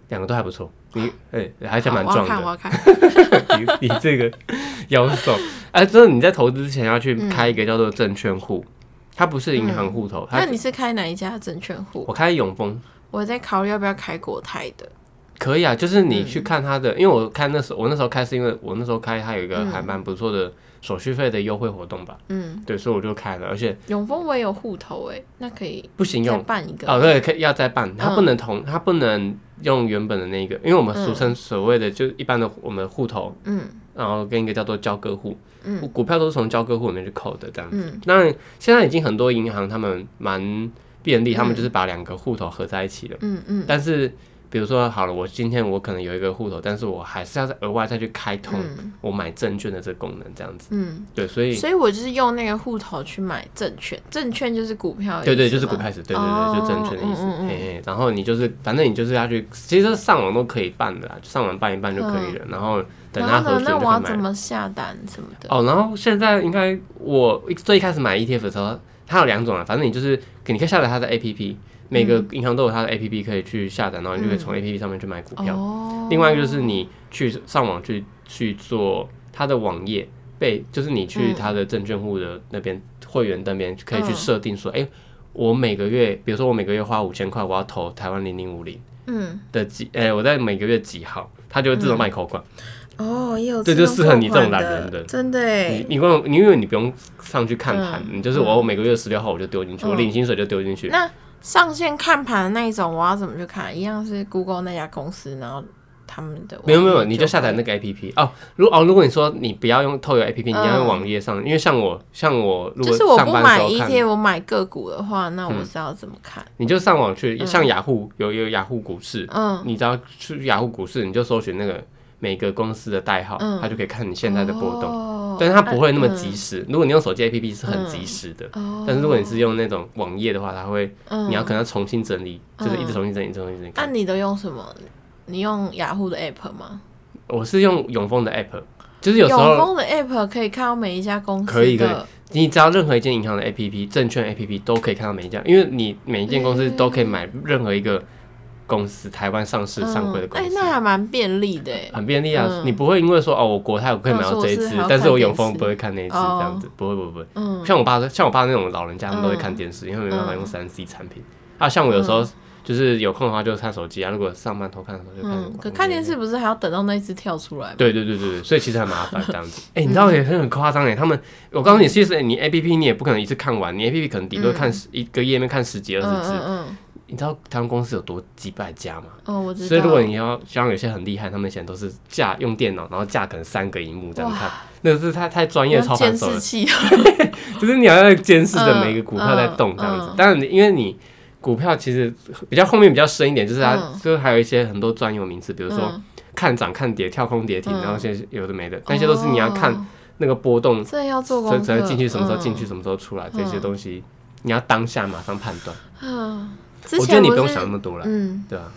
S1: 两个都还不错，你哎、还
S2: 好
S1: 是蛮
S2: 我要
S1: 壮
S2: 看，
S1: 的，
S2: 我要看。
S1: 你你这个腰瘦，哎、真的你在投资之前要
S2: 嗯
S1: 去开一个叫做证券户，它不是银行户头，它
S2: 那你是开哪一家的证券户？
S1: 我开永丰
S2: 我在考虑要不要开国泰的。
S1: 可以啊，就是你去看它
S2: 嗯
S1: 的，因为我看那时候我那时候开是因为我那时候开它有一个还蛮不错的手续费的优惠活动吧，
S2: 嗯，
S1: 对，所以我就开了，而且
S2: 永丰我也有户头哎、那可以
S1: 不行
S2: 再
S1: 用。
S2: 办一个
S1: 哦，对，可以要再办，它
S2: 嗯
S1: 不能同，它不能用原本的那个，因为我们俗称所谓的、就一般的我们户头，
S2: 嗯，
S1: 然后跟一个叫做交割户，嗯，股票都是从交割户里面去扣的这样子。
S2: 嗯
S1: 当然，现在已经很多银行他们蛮便利，他们就是把两个户头合在一起了。
S2: 嗯嗯
S1: 但是比如说好了，我今天我可能有一个户头，但是我还是要再额外再去开通
S2: 嗯
S1: 我买证券的这个功能这样子。
S2: 嗯，
S1: 对，所以
S2: 所以我就是用那个户头去买证券，证券就是股票的意思
S1: 对
S2: 吗，
S1: 对，就是股票对对
S2: 哦
S1: 对，就证券的意思。
S2: 嗯嗯嗯
S1: 嘿嘿，然后你就是，反正你就是要去，其实上网都可以办的啦，就上网办一办就可以了。然后等它
S2: 嗯然后
S1: 核
S2: 呢，
S1: 准
S2: 那
S1: 就
S2: 我要
S1: 可以
S2: 怎
S1: 买。
S2: 么下单什么的？
S1: 哦，然后现在应该我一最一开始买 ETF 的时候，它有两种啊，反正你就是你可以下载它的 APP，每
S2: 嗯
S1: 个银行都有它的 APP 可以去下载，然后你就可以从 APP 上面去买股票。
S2: 哦，
S1: 另外一个就是你去上网去去做它的网页被，就是你去
S2: 嗯
S1: 它的证券户的那边、会员那边可以去
S2: 嗯
S1: 设定说，哎、我每个月，比如说我每个月花五千块，我要投台湾零零五零
S2: 嗯，
S1: 的几，哎、我在每个月几号，它就会自动卖口款。
S2: 哦，也有
S1: 这
S2: 自
S1: 就
S2: 动
S1: 适合你
S2: 扣款
S1: 这种懒人
S2: 的，
S1: 的
S2: 真的哎，
S1: 你你光你因为你不用上去看盘，你就是我每个月十六号我就丢进去，我
S2: 嗯
S1: 领薪水就丢进去。
S2: 那上线看盘的那一种，我要怎么去看？一样是 Google 那家公司，然后他们的
S1: 没有没有，
S2: 网页
S1: 你就下载那个 A P P 哦。如哦，如果你说你不要用透有 A P P，你要用
S2: 嗯
S1: 网页上，因为像我像我如
S2: 就
S1: 果
S2: 是我
S1: 上
S2: 不
S1: 班的
S2: 买
S1: 时候看，嗯
S2: ETF，我买个股的话，那我是要怎么看？
S1: 你就上网去，像雅虎有有雅虎股市，
S2: 嗯，
S1: 你只要去雅虎股市，你就搜寻那个每个公司的代号，
S2: 嗯哦
S1: 它就可以看你现在的波动，
S2: 动
S1: 但是它不会那
S2: 嗯
S1: 么及时。如果你用手机 APP 是很及时的，
S2: 哦，
S1: 但是如果你是用那种网页的话，它会
S2: 嗯
S1: 你要可能要重新整理，就是一直重新整理，重新整理。
S2: 那、你都用什么？你用雅虎的 app 吗？
S1: 我是用永丰的 app，就是有时
S2: 永
S1: 候
S2: 丰的 app 可以看到每一家公司的，
S1: 可以可以你只要任何一间银行的 APP、证券 APP 都可以看到每一家，因为你每一间公司
S2: 嗯
S1: 都可以买任何一个公司台湾上市上柜的公
S2: 哎、
S1: 司。
S2: 那还蛮便利的哎。
S1: 很便利啊，
S2: 嗯
S1: 你不会因为说哦，我国泰我可以买到这一
S2: 嗯
S1: 只
S2: 是我是，
S1: 但是我永
S2: 还要
S1: 丰
S2: 看电视
S1: 不会看那一只，
S2: 哦
S1: 这样子不会不会不会。
S2: 嗯
S1: 像我爸像我爸那种老人家，他们都会
S2: 嗯
S1: 看电视，因为没办法
S2: 嗯
S1: 用三 C 产品啊。像我有时候就是有空的话就看手机啊，如果上班偷看的时候就看广
S2: 嗯，
S1: 告。
S2: 可看电视不是还要等到那一只跳出来吗？
S1: 对对对对对，所以其实很麻烦这样 子。哎、你知道也很很夸张哎，他们我告诉你，其实你 A P P 你也不可能一次看完，你 A P P 可能顶多看十一个页面看十几二
S2: 嗯
S1: 十
S2: 嗯
S1: 只。
S2: 嗯，
S1: 你知道他们公司有多几百家吗？
S2: 哦，我知道。
S1: 所以如果你要像有些很厉害，他们以前都是架用电脑，然后架可能三个荧幕这样看，那是太太专业
S2: 要
S1: 超
S2: 监
S1: 繁琐
S2: 视
S1: 了。
S2: 器，
S1: 就是你要监视着
S2: 嗯
S1: 每一个股票在动这样子
S2: 嗯嗯。
S1: 当然你，因为你股票其实比较后面比较深一点，就是它
S2: 嗯
S1: 就是还有一些很多专有名词，比如说
S2: 嗯
S1: 看涨看跌、跳空跌停，
S2: 嗯
S1: 然后现在有的没的，那些都是你要看
S2: 哦
S1: 那个波动，
S2: 这要做
S1: 才
S2: 功
S1: 才
S2: 课，
S1: 会进去什么时候进去，
S2: 嗯。
S1: 什么时候出来，
S2: 嗯
S1: 这些东西你要当下马上判断。
S2: 嗯，之
S1: 我觉
S2: 前
S1: 得你不用
S2: 是
S1: 想那么多了，
S2: 嗯，
S1: 对吧？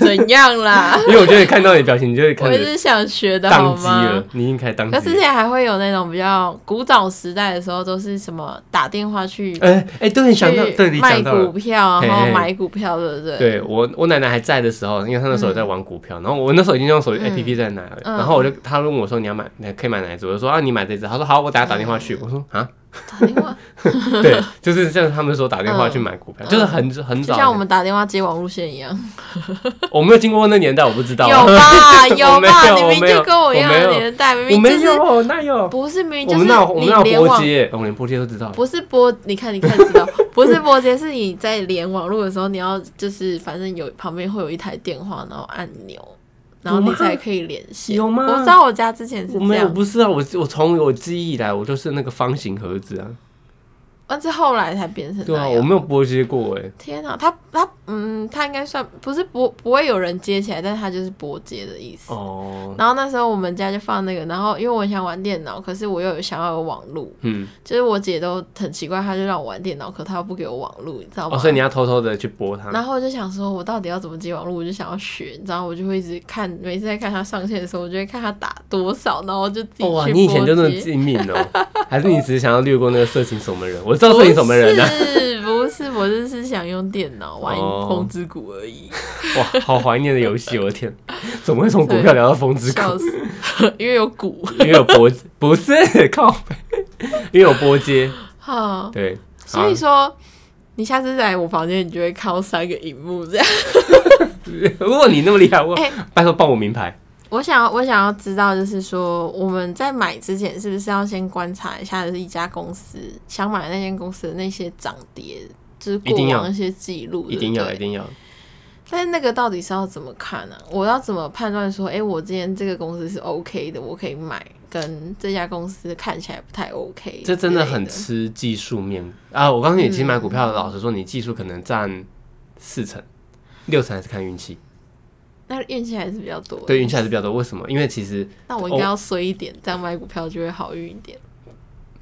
S2: 怎样啦？
S1: 因为我觉得看到你表情，你就会
S2: 我
S1: 开始
S2: 是想学的好
S1: 宕机
S2: 吗
S1: 了？，你已经开始宕
S2: 那
S1: 机
S2: 之
S1: 了。
S2: 前还会有那种比较古早时代的时候，都是什么打电话去
S1: 哎哎，对，想到对，
S2: 去
S1: 你
S2: 卖
S1: 讲到了
S2: 股。票，然
S1: 嘿
S2: 后
S1: 嘿
S2: 买股票，对不对？
S1: 对我，我奶奶还在的时候，因为她那时候有在玩股票，然后我那时候已经用手机
S2: 嗯
S1: APP 在拿了，
S2: 嗯
S1: 然后我就她问我说你要买，你可以买哪一只？我就说啊，你买这只。她说好，我等下打电话
S2: 嗯
S1: 去。我说啊，
S2: 打电话
S1: 对，就是像他们说打电话去买股票，
S2: 嗯
S1: 就是很很
S2: 就
S1: 早，
S2: 像我们打电话接网路线一样，
S1: 我没有经过那年代，我不知道。啊
S2: 有吧？有
S1: 没
S2: 吧？
S1: 有
S2: 你明
S1: 我
S2: 明
S1: 没有
S2: 就跟我一样
S1: 我没
S2: 的
S1: 有
S2: 年代，明
S1: 我
S2: 明就
S1: 没
S2: 是
S1: 有，那有，
S2: 不是明明
S1: 我
S2: 就
S1: 们那我
S2: 是
S1: 们
S2: 你
S1: 那
S2: 连
S1: 波
S2: 网
S1: 街，我连波街都知道。
S2: 不是播，你看你看知道，不是播接，是你在连网络的时候，你要就是反正有旁边会有一台电话，然后按钮，然后
S1: 有吗
S2: 你才可以连线。
S1: 有吗
S2: 我知道我家之前是
S1: 我
S2: 这
S1: 没有，
S2: 样，
S1: 不是啊，我我从我记忆以来，我就是那个方形盒子啊。
S2: 但是后来才变成
S1: 对啊，
S2: 那
S1: 我
S2: 样。
S1: 没有波接过哎。
S2: 天啊，他他嗯，他应该算不是不不会有人接起来，但是他就是拨接的意思。
S1: 哦，
S2: 然后那时候我们家就放那个，然后因为我很想玩电脑，可是我又有想要有网络，
S1: 嗯，
S2: 就是我姐都很奇怪，她就让我玩电脑，可她又不给我网络，你知道
S1: 哦，
S2: 吗？
S1: 所以你要偷偷的去拨它。
S2: 然后我就想说，我到底要怎么接网络？我就想要学，然后我就会一直看，每次在看他上线的时候，我就会看他打多少，然后我就自己去
S1: 哦哇，你以前
S2: 拨
S1: 就那么
S2: 接
S1: 精明 哦，还是你只是想要略过那个色情守门人？我知道色情守门人啊，
S2: 不是不是，我就是想用电 脑玩
S1: 哦
S2: 《风之谷》而已，
S1: 哇，好怀念的游戏，哦我的 天，怎么会从股票聊到风之谷？
S2: 笑死， 因为有鼓
S1: 因为有波，不是靠背，因为有波接，
S2: 哈。
S1: 对，啊
S2: 所以
S1: 好
S2: 说，你下次来我房间，你就会靠三个荧幕这样。
S1: 如果你那么厉害，我
S2: 哎
S1: 拜托报我名牌，
S2: 我想要，我想要知道，就是说我们在买之前，是不是要先观察一下，就是一家公司想买的那间公司的那些涨跌，就是
S1: 一
S2: 过
S1: 定要
S2: 往一些记录，
S1: 一定要，
S2: 对
S1: 一
S2: 不对
S1: 定要。
S2: 但是那个到底是要怎么看呢、我要怎么判断说，哎、我今天这个公司是 OK 的，我可以买，跟这家公司看起来不太 OK，
S1: 这真的
S2: 的
S1: 很吃技术面啊！我告诉你，其实买股票，老实说，你技术可能占四成，六成还是看运气。
S2: 那运气还是比较多。
S1: 对，运气还是比较多。为什么？因为其实
S2: 那我应该要衰一点，这样买股票就会好运一点，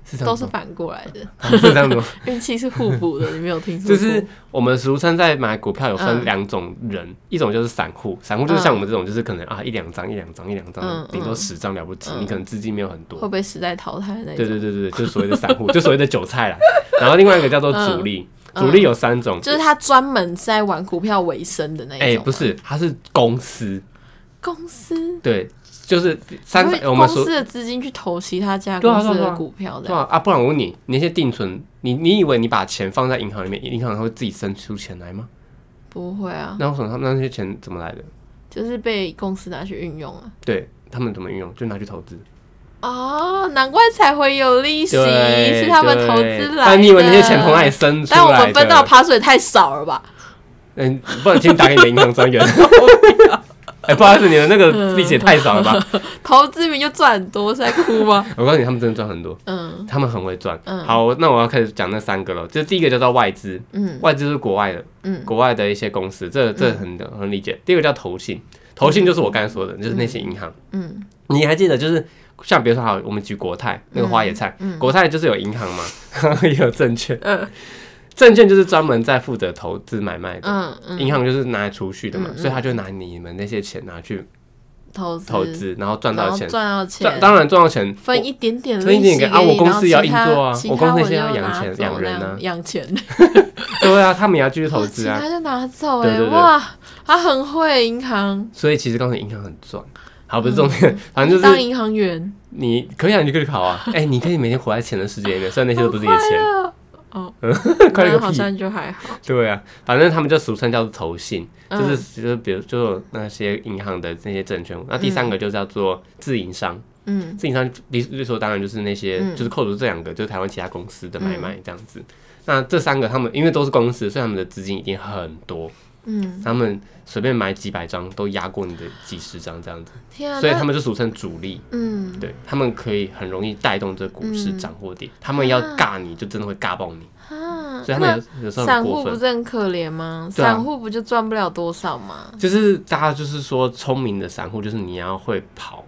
S1: 是这样
S2: 都是
S1: 子吗
S2: 反过来的，
S1: 啊是这样子吗？
S2: 运气是互补的，你没有听说过？
S1: 就是我们俗称在买股票有分
S2: 嗯
S1: 两种人，一种就是散户，散户就是像
S2: 嗯
S1: 我们这种，就是可能啊一两张、一两张、一两张
S2: 嗯，
S1: 顶多
S2: 嗯
S1: 十张了不起，
S2: 嗯
S1: 你可能资金没有很多
S2: 会。被时代淘汰的那种。
S1: 对对对对，对就是所谓的散户，就所谓的韭菜啦。然后另外一个叫做主力，
S2: 嗯
S1: 主力有三种，
S2: 就是他专门是在玩股票为生的那一种吗。
S1: 哎，不是，它是公司，
S2: 公司，
S1: 对，就是三哎
S2: 因为
S1: 我
S2: 公
S1: 们说
S2: 司的资金去投其他家
S1: 对啊
S2: 公司
S1: 对啊对啊
S2: 的股票
S1: 对
S2: 的。
S1: 啊，啊，不然我问你，你那些定存，你你以为你把钱放在银行里面，银行会自己生出钱来吗？
S2: 不会啊，
S1: 那为什么他们那些钱怎么来的？
S2: 就是被公司拿去运用啊。
S1: 对他们怎么运用？就拿去投资。
S2: 哦，难怪才会有利息，
S1: 对，
S2: 是他们
S1: 对哎
S2: 投资来的。
S1: 但你以为那些钱从哪里生出来
S2: 但
S1: 的？
S2: 我们分到趴水太少了吧？
S1: 嗯，不然请打给你的银 行专员。 哎、不好意思，你的那
S2: 嗯
S1: 个利息也太少了吧？
S2: 投资名就赚很多，是在哭吗？
S1: 我告诉你，他们真的赚很多，
S2: 嗯
S1: 他们很会赚。
S2: 嗯
S1: 好，那我要开始讲那三个了。就是第一个叫做外资，
S2: 嗯
S1: 外资是国外的，
S2: 嗯
S1: 国外的一些公司，这这很很理解。第二个叫投信，投信就是我刚才说的，就是那些银行。
S2: 嗯
S1: 你还记得就是像比如说好，我们举国泰那个花野菜，
S2: 嗯
S1: 国泰就是有银行嘛， 然后也有证券，
S2: 嗯
S1: 证券就是专门在负责投资买卖的，
S2: 嗯嗯，
S1: 银行就是拿来储蓄的嘛，
S2: 嗯嗯
S1: 所以他就拿你们那些钱拿去
S2: 投资
S1: 投资，然后赚
S2: 然
S1: 到
S2: 后
S1: 钱，
S2: 赚到
S1: 赚
S2: 钱，
S1: 当然赚到钱
S2: 分一点点
S1: 分一
S2: 利
S1: 点
S2: 息
S1: 给
S2: 给
S1: 啊我
S2: 你，
S1: 公
S2: 然后
S1: 司也
S2: 其
S1: 要
S2: 他
S1: 运作啊
S2: 其
S1: 我公
S2: 他
S1: 司也
S2: 我
S1: 是要
S2: 就
S1: 养
S2: 拿
S1: 钱
S2: 走
S1: 养人啊
S2: 那样养钱，
S1: 对啊，他们也要继续 投资
S2: 哦其
S1: 啊，
S2: 他就拿走
S1: 对
S2: 哎，
S1: 对对
S2: 哇，他很会银行，
S1: 所以其实告诉你银行很赚。好，不是重点，反正就
S2: 嗯当
S1: 是
S2: 银行员，
S1: 你可以啊，你就可以考啊。哎、你可以每天活在钱的世界里面，虽然那些都不是你的钱，
S2: 哦，
S1: 快乐
S2: 那
S1: 个
S2: 好
S1: 屁！
S2: 像就还好，
S1: 对啊，反正他们就俗称叫做投信，就
S2: 嗯
S1: 是就是比如就那些银行的那些证券，那第三个就叫做自营商，
S2: 嗯
S1: 自营商理理所当然就是那些
S2: 嗯
S1: 就是扣除这两个，就是台湾其他公司的买卖这样子。那这三个他们因为都是公司，所以他们的资金一定很多，
S2: 嗯，
S1: 他们随便买几百张都压过你的几十张这样子，
S2: 天啊，
S1: 所以他
S2: 那
S1: 们就俗称主力。
S2: 嗯
S1: 对他们可以很容易带动这股市
S2: 嗯
S1: 涨或跌，他们要
S2: 啊
S1: 尬你就真的会尬爆你。
S2: 啊，啊，
S1: 所以他
S2: 那
S1: 们有有时候很
S2: 散户
S1: 过
S2: 不
S1: 分，
S2: 是很可怜吗？
S1: 对啊
S2: 散户不就赚不了多少吗？
S1: 就是大家就是说聪明的散户就是你要会跑，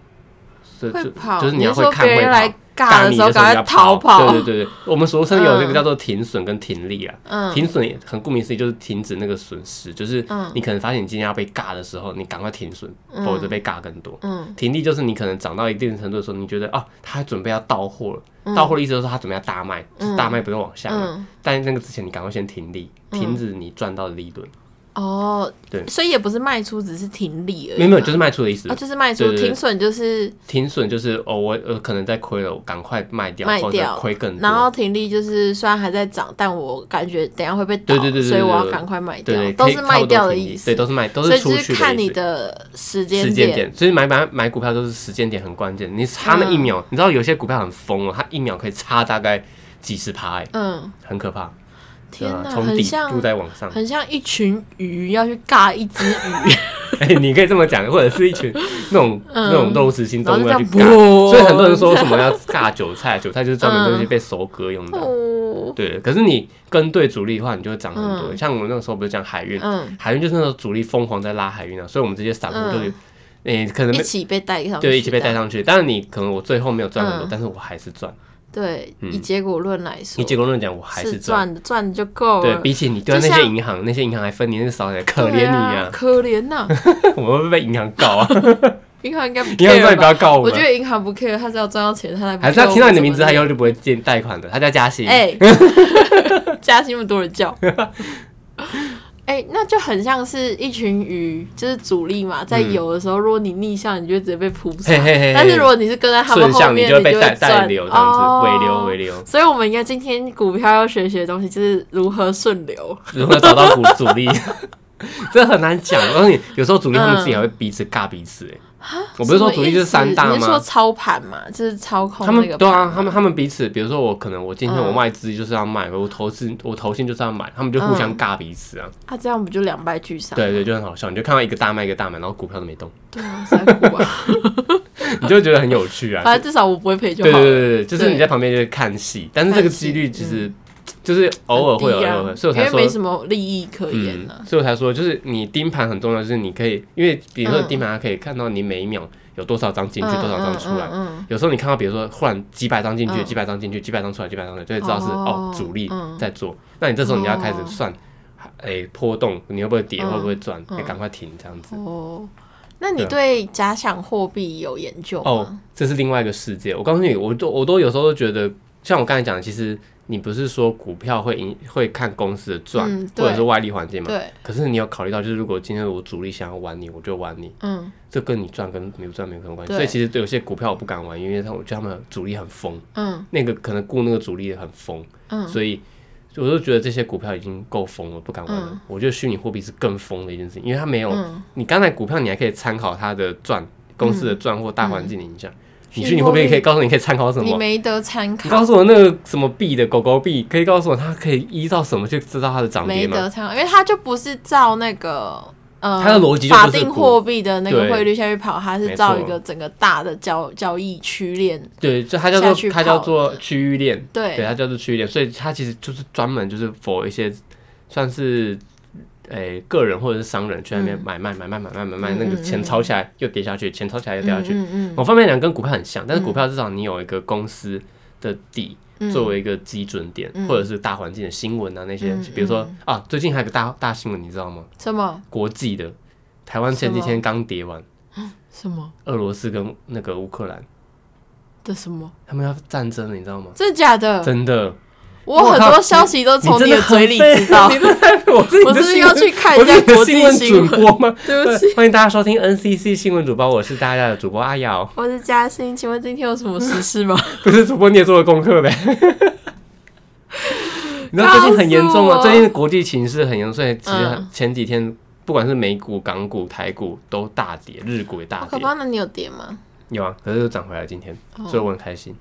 S1: 所以
S2: 会
S1: 就
S2: 跑，
S1: 就是
S2: 你
S1: 要
S2: 是
S1: 会
S2: 说
S1: 看
S2: 别
S1: 会
S2: 人来
S1: 跑。
S2: 尬的
S1: 你
S2: 时候
S1: 时候
S2: 赶
S1: 要
S2: 快逃跑，
S1: 对对对对，我们俗称有那个
S2: 嗯
S1: 叫做停损跟停利啊。
S2: 嗯，
S1: 停损也很顾名思义，就是停止那个损失，就是
S2: 嗯
S1: 你可能发现你今天要被尬的时候，你赶快停损，
S2: 嗯
S1: 否则被尬更多。
S2: 嗯
S1: 停利就是你可能涨到一定程度的时候，你觉得哦，他准备要到货了，
S2: 嗯
S1: 到货的意思就是他准备要大卖，就是大卖不是往下嘛。
S2: 嗯，
S1: 但那个之前你赶快先停利，
S2: 嗯
S1: 停止你赚到的利润，
S2: 哦，
S1: 对
S2: 所以也不是卖出，只是停利而已嘛，
S1: 没有没有，就是卖出的意思
S2: 哦，。就是卖出
S1: 对，对对
S2: 停损就是，
S1: 停损就是哦，我呃可能在亏了，我赶快卖掉，
S2: 卖
S1: 或
S2: 掉
S1: 者亏更
S2: 然后
S1: 多。
S2: 停利就是虽然还在涨，但我感觉等一下会被倒，
S1: 对对对对对
S2: 所以我要
S1: 对
S2: 赶快卖
S1: 对
S2: 掉
S1: 对，，
S2: 都
S1: 可以
S2: 是
S1: 差
S2: 卖
S1: 不多
S2: 掉的
S1: 停利
S2: 意思，
S1: 对，都是卖，都
S2: 所
S1: 是
S2: 以
S1: 出
S2: 就
S1: 去
S2: 是看
S1: 的意
S2: 你
S1: 思。
S2: 的时
S1: 时
S2: 间
S1: 间
S2: 点，
S1: 点，所以买买买股票都是时间点很关键。你差
S2: 嗯
S1: 那一秒，你知道有些股票很疯哦，它一秒可以差大概几十趴，哎，
S2: 嗯，
S1: 很可怕。
S2: 天
S1: 对啊
S2: 哪，
S1: 从
S2: 很
S1: 底
S2: 像
S1: 部再往上。
S2: 很像一群鱼要去尬一只鱼，
S1: 哎，你可以这么讲，或者是一群那种
S2: 嗯
S1: 那种肉食性
S2: 然后
S1: 动物要
S2: 就这样
S1: 去
S2: 啵
S1: 尬，所以很多人说什么要尬韭菜，韭菜就是专门那些被收割用的。
S2: 哦，
S1: 对，可是你跟对主力的话，你就会涨很多。
S2: 嗯
S1: 像我们那个时候不是讲海运，
S2: 嗯，
S1: 海运就是那时候主力疯狂在拉海运啊，所以我们这些散户就是诶，
S2: 嗯，
S1: 可能
S2: 一
S1: 没
S2: 起被带上去，
S1: 对一起被带，上去。但是你可能我最后没有赚很多
S2: 嗯，
S1: 但是我还是赚。
S2: 对，
S1: 嗯
S2: 以结果论来说
S1: 你，结果论讲，我还
S2: 是
S1: 赚。
S2: 赚的，赚的就够
S1: 对
S2: 了。
S1: 比起你对啊
S2: 就
S1: 那
S2: 像
S1: 些银行，那些银行还分你那少点，可怜
S2: 对
S1: 你
S2: 啊，
S1: 啊！
S2: 可怜 呐！
S1: 我们会不会被银行告 啊？
S2: 银行应该不
S1: 银行说你
S2: care
S1: 不
S2: 吧？
S1: 要告我
S2: 我
S1: 们
S2: 觉，得银行不 care，他只要赚到钱，他才不
S1: 还是他
S2: care
S1: 听到你的
S2: 我们
S1: 名字，
S2: 怎么
S1: 他以后就不会借贷款的，他叫嘉欣。
S2: 哎， 加薪那么多人叫。哎、那就很像是一群鱼，就是主力嘛，在
S1: 嗯
S2: 游的时候，如果你逆向，你就会直接被扑杀
S1: 嘿嘿嘿嘿
S2: 但是如果你是跟在他们
S1: 顺
S2: 后
S1: 向你
S2: 面，
S1: 就会
S2: 你
S1: 被带
S2: 会
S1: 带
S2: 赚
S1: 流这样子，尾流
S2: 哦
S1: 尾流，
S2: 所以，我们应该今天股票要学习的东西就是如何顺流。
S1: 如何找到股主力？ 这很难讲。而且有时候主力他们自己还会彼此尬彼此。哎，我不是说主力就是三
S2: 什
S1: 大
S2: 么意思你是说
S1: 吗？
S2: 操盘嘛，就是操控
S1: 他
S2: 那
S1: 们
S2: 个
S1: 对
S2: 盘
S1: 啊，他们他们彼此，比如说我可能我今天
S2: 嗯
S1: 我卖资就是要卖，我投资我投信就是要买，他们就互相尬彼此啊。
S2: 啊，这样不就两败俱伤？
S1: 对对，就很好笑。你就看到一个大卖一个大买，然后股票都没动，
S2: 对啊，谁在哭 啊？
S1: 你就会觉得很有趣啊。
S2: 反正至少我不会赔就
S1: 对
S2: 好
S1: 对
S2: 了。
S1: 对对对，就是你在旁边就是看戏，但是这个几率其实就是偶尔会有，
S2: 嗯很低啊
S1: 偶尔会，所以我才
S2: 因为没
S1: 说，
S2: 什么利益可言啊
S1: 嗯
S2: 了、，
S1: 所以我才说，就是你盯盘很重要，就是你可以，因为比如说
S2: 嗯
S1: 盯盘，它可以看到你每一秒有多少张进去，
S2: 嗯
S1: 多少张出来
S2: 嗯。嗯
S1: 有时候你看到，比如说忽然几百张进去，
S2: 嗯
S1: 几百张进去，几百张出来，几百张出来，就会知道是
S2: 哦
S1: 哦主力
S2: 嗯
S1: 在做。那你这时候你要开始
S2: 哦
S1: 算，哎波动，你会不会跌，
S2: 嗯
S1: 会不会赚，
S2: 嗯
S1: 哎赶快停这样子
S2: 嗯。哦，那你
S1: 对啊
S2: 对假想货币有研究吗？
S1: 哦，这是另外一个世界。我告诉你，我都我都有时候都觉得，像我刚才讲的，其实你不是说股票会赢，会看公司的赚、
S2: 嗯对
S1: 或者是外力环境嘛？
S2: 对，
S1: 可是你有考虑到，就是如果今天我主力想要玩你，我就玩你，
S2: 嗯，
S1: 这跟你赚跟没有赚没有什么关系。
S2: 对
S1: 所以其实对有些股票我不敢玩，因为他我觉得他们主力很疯，
S2: 嗯
S1: 那个可能雇那个主力的很疯，
S2: 嗯
S1: 所以。我就觉得这些股票已经够疯了，不敢玩了。
S2: 嗯
S1: 我觉得虚拟货币是更疯的一件事情，因为它没有、
S2: 嗯，
S1: 你刚才股票你还可以参考它的赚公司的赚或大环境的影响，
S2: 嗯
S1: 你虚拟
S2: 虚拟
S1: 货
S2: 货
S1: 币
S2: 币
S1: 可以告诉你可以参考什
S2: 你
S1: 么？
S2: 没得参
S1: 你告
S2: 考，
S1: 诉我那个什么币的狗狗币，可以告诉我它可以依照什么去知道它的涨跌
S2: 没
S1: 吗？
S2: 得参考，因为它就不是照那个。呃，
S1: 它的逻辑就不是
S2: 法定
S1: 股
S2: 货币的那个
S1: 对
S2: 汇率下去跑，它是
S1: 没
S2: 照一
S1: 错
S2: 个整个大的交交易区链，
S1: 对，就它叫
S2: 下去
S1: 做
S2: 跑
S1: 它叫做区域链，
S2: 对，
S1: 对，它叫做区域链，所以它其实就是专门就是否一些算是。诶、个人或者是商人去那边
S2: 嗯
S1: 买卖、买卖、买卖、买卖，
S2: 嗯
S1: 那个
S2: 嗯
S1: 钱
S2: 嗯
S1: 抄起来又跌下去，钱抄起来又
S2: 嗯
S1: 跌下去。
S2: 嗯
S1: 某方面来讲跟股票很像，但是股票至少你有一个公司的底，
S2: 嗯，
S1: 哦作为一个基准点，
S2: 嗯
S1: 或者是大环境的新闻啊那些，
S2: 嗯
S1: 比如说啊，最近还有个大大新闻，你知道吗？
S2: 嗯什么
S1: 国际的，台湾前几
S2: 什
S1: 天刚跌完，
S2: 什么
S1: 俄罗斯跟那个乌克兰，
S2: 的什么，
S1: 他们要战争了，你知道吗？
S2: 真的假的？
S1: 真的，
S2: 我很
S1: 我
S2: 多
S1: 靠
S2: 消息都从
S1: 真
S2: 你
S1: 的
S2: 的嘴里知
S1: 很
S2: 道
S1: 废，你真的我是
S2: 我
S1: 你的
S2: 是
S1: 新
S2: 要
S1: 闻
S2: 去看
S1: 我
S2: 一
S1: 是
S2: 下
S1: 你的
S2: 国
S1: 新
S2: 际
S1: 闻
S2: 新
S1: 主
S2: 闻。
S1: 播吗？
S2: 对不起，
S1: 欢迎大家收听 NCC 新闻主播，我是大家的主播阿瑶，
S2: 我是嘉欣，请问今天有什么时事吗？
S1: 不是主播你也做了功课呗？ 你知道最近很严重
S2: 告诉
S1: 啊，
S2: 我
S1: 最近国际情势很严重，所以其实
S2: 嗯
S1: 前几天不管是美股、港股、台股都大跌，日股也大
S2: 好可
S1: 跌，
S2: 怕！那你有跌吗？
S1: 有啊，可是又涨回来今天，
S2: 哦
S1: 所以我很开心。，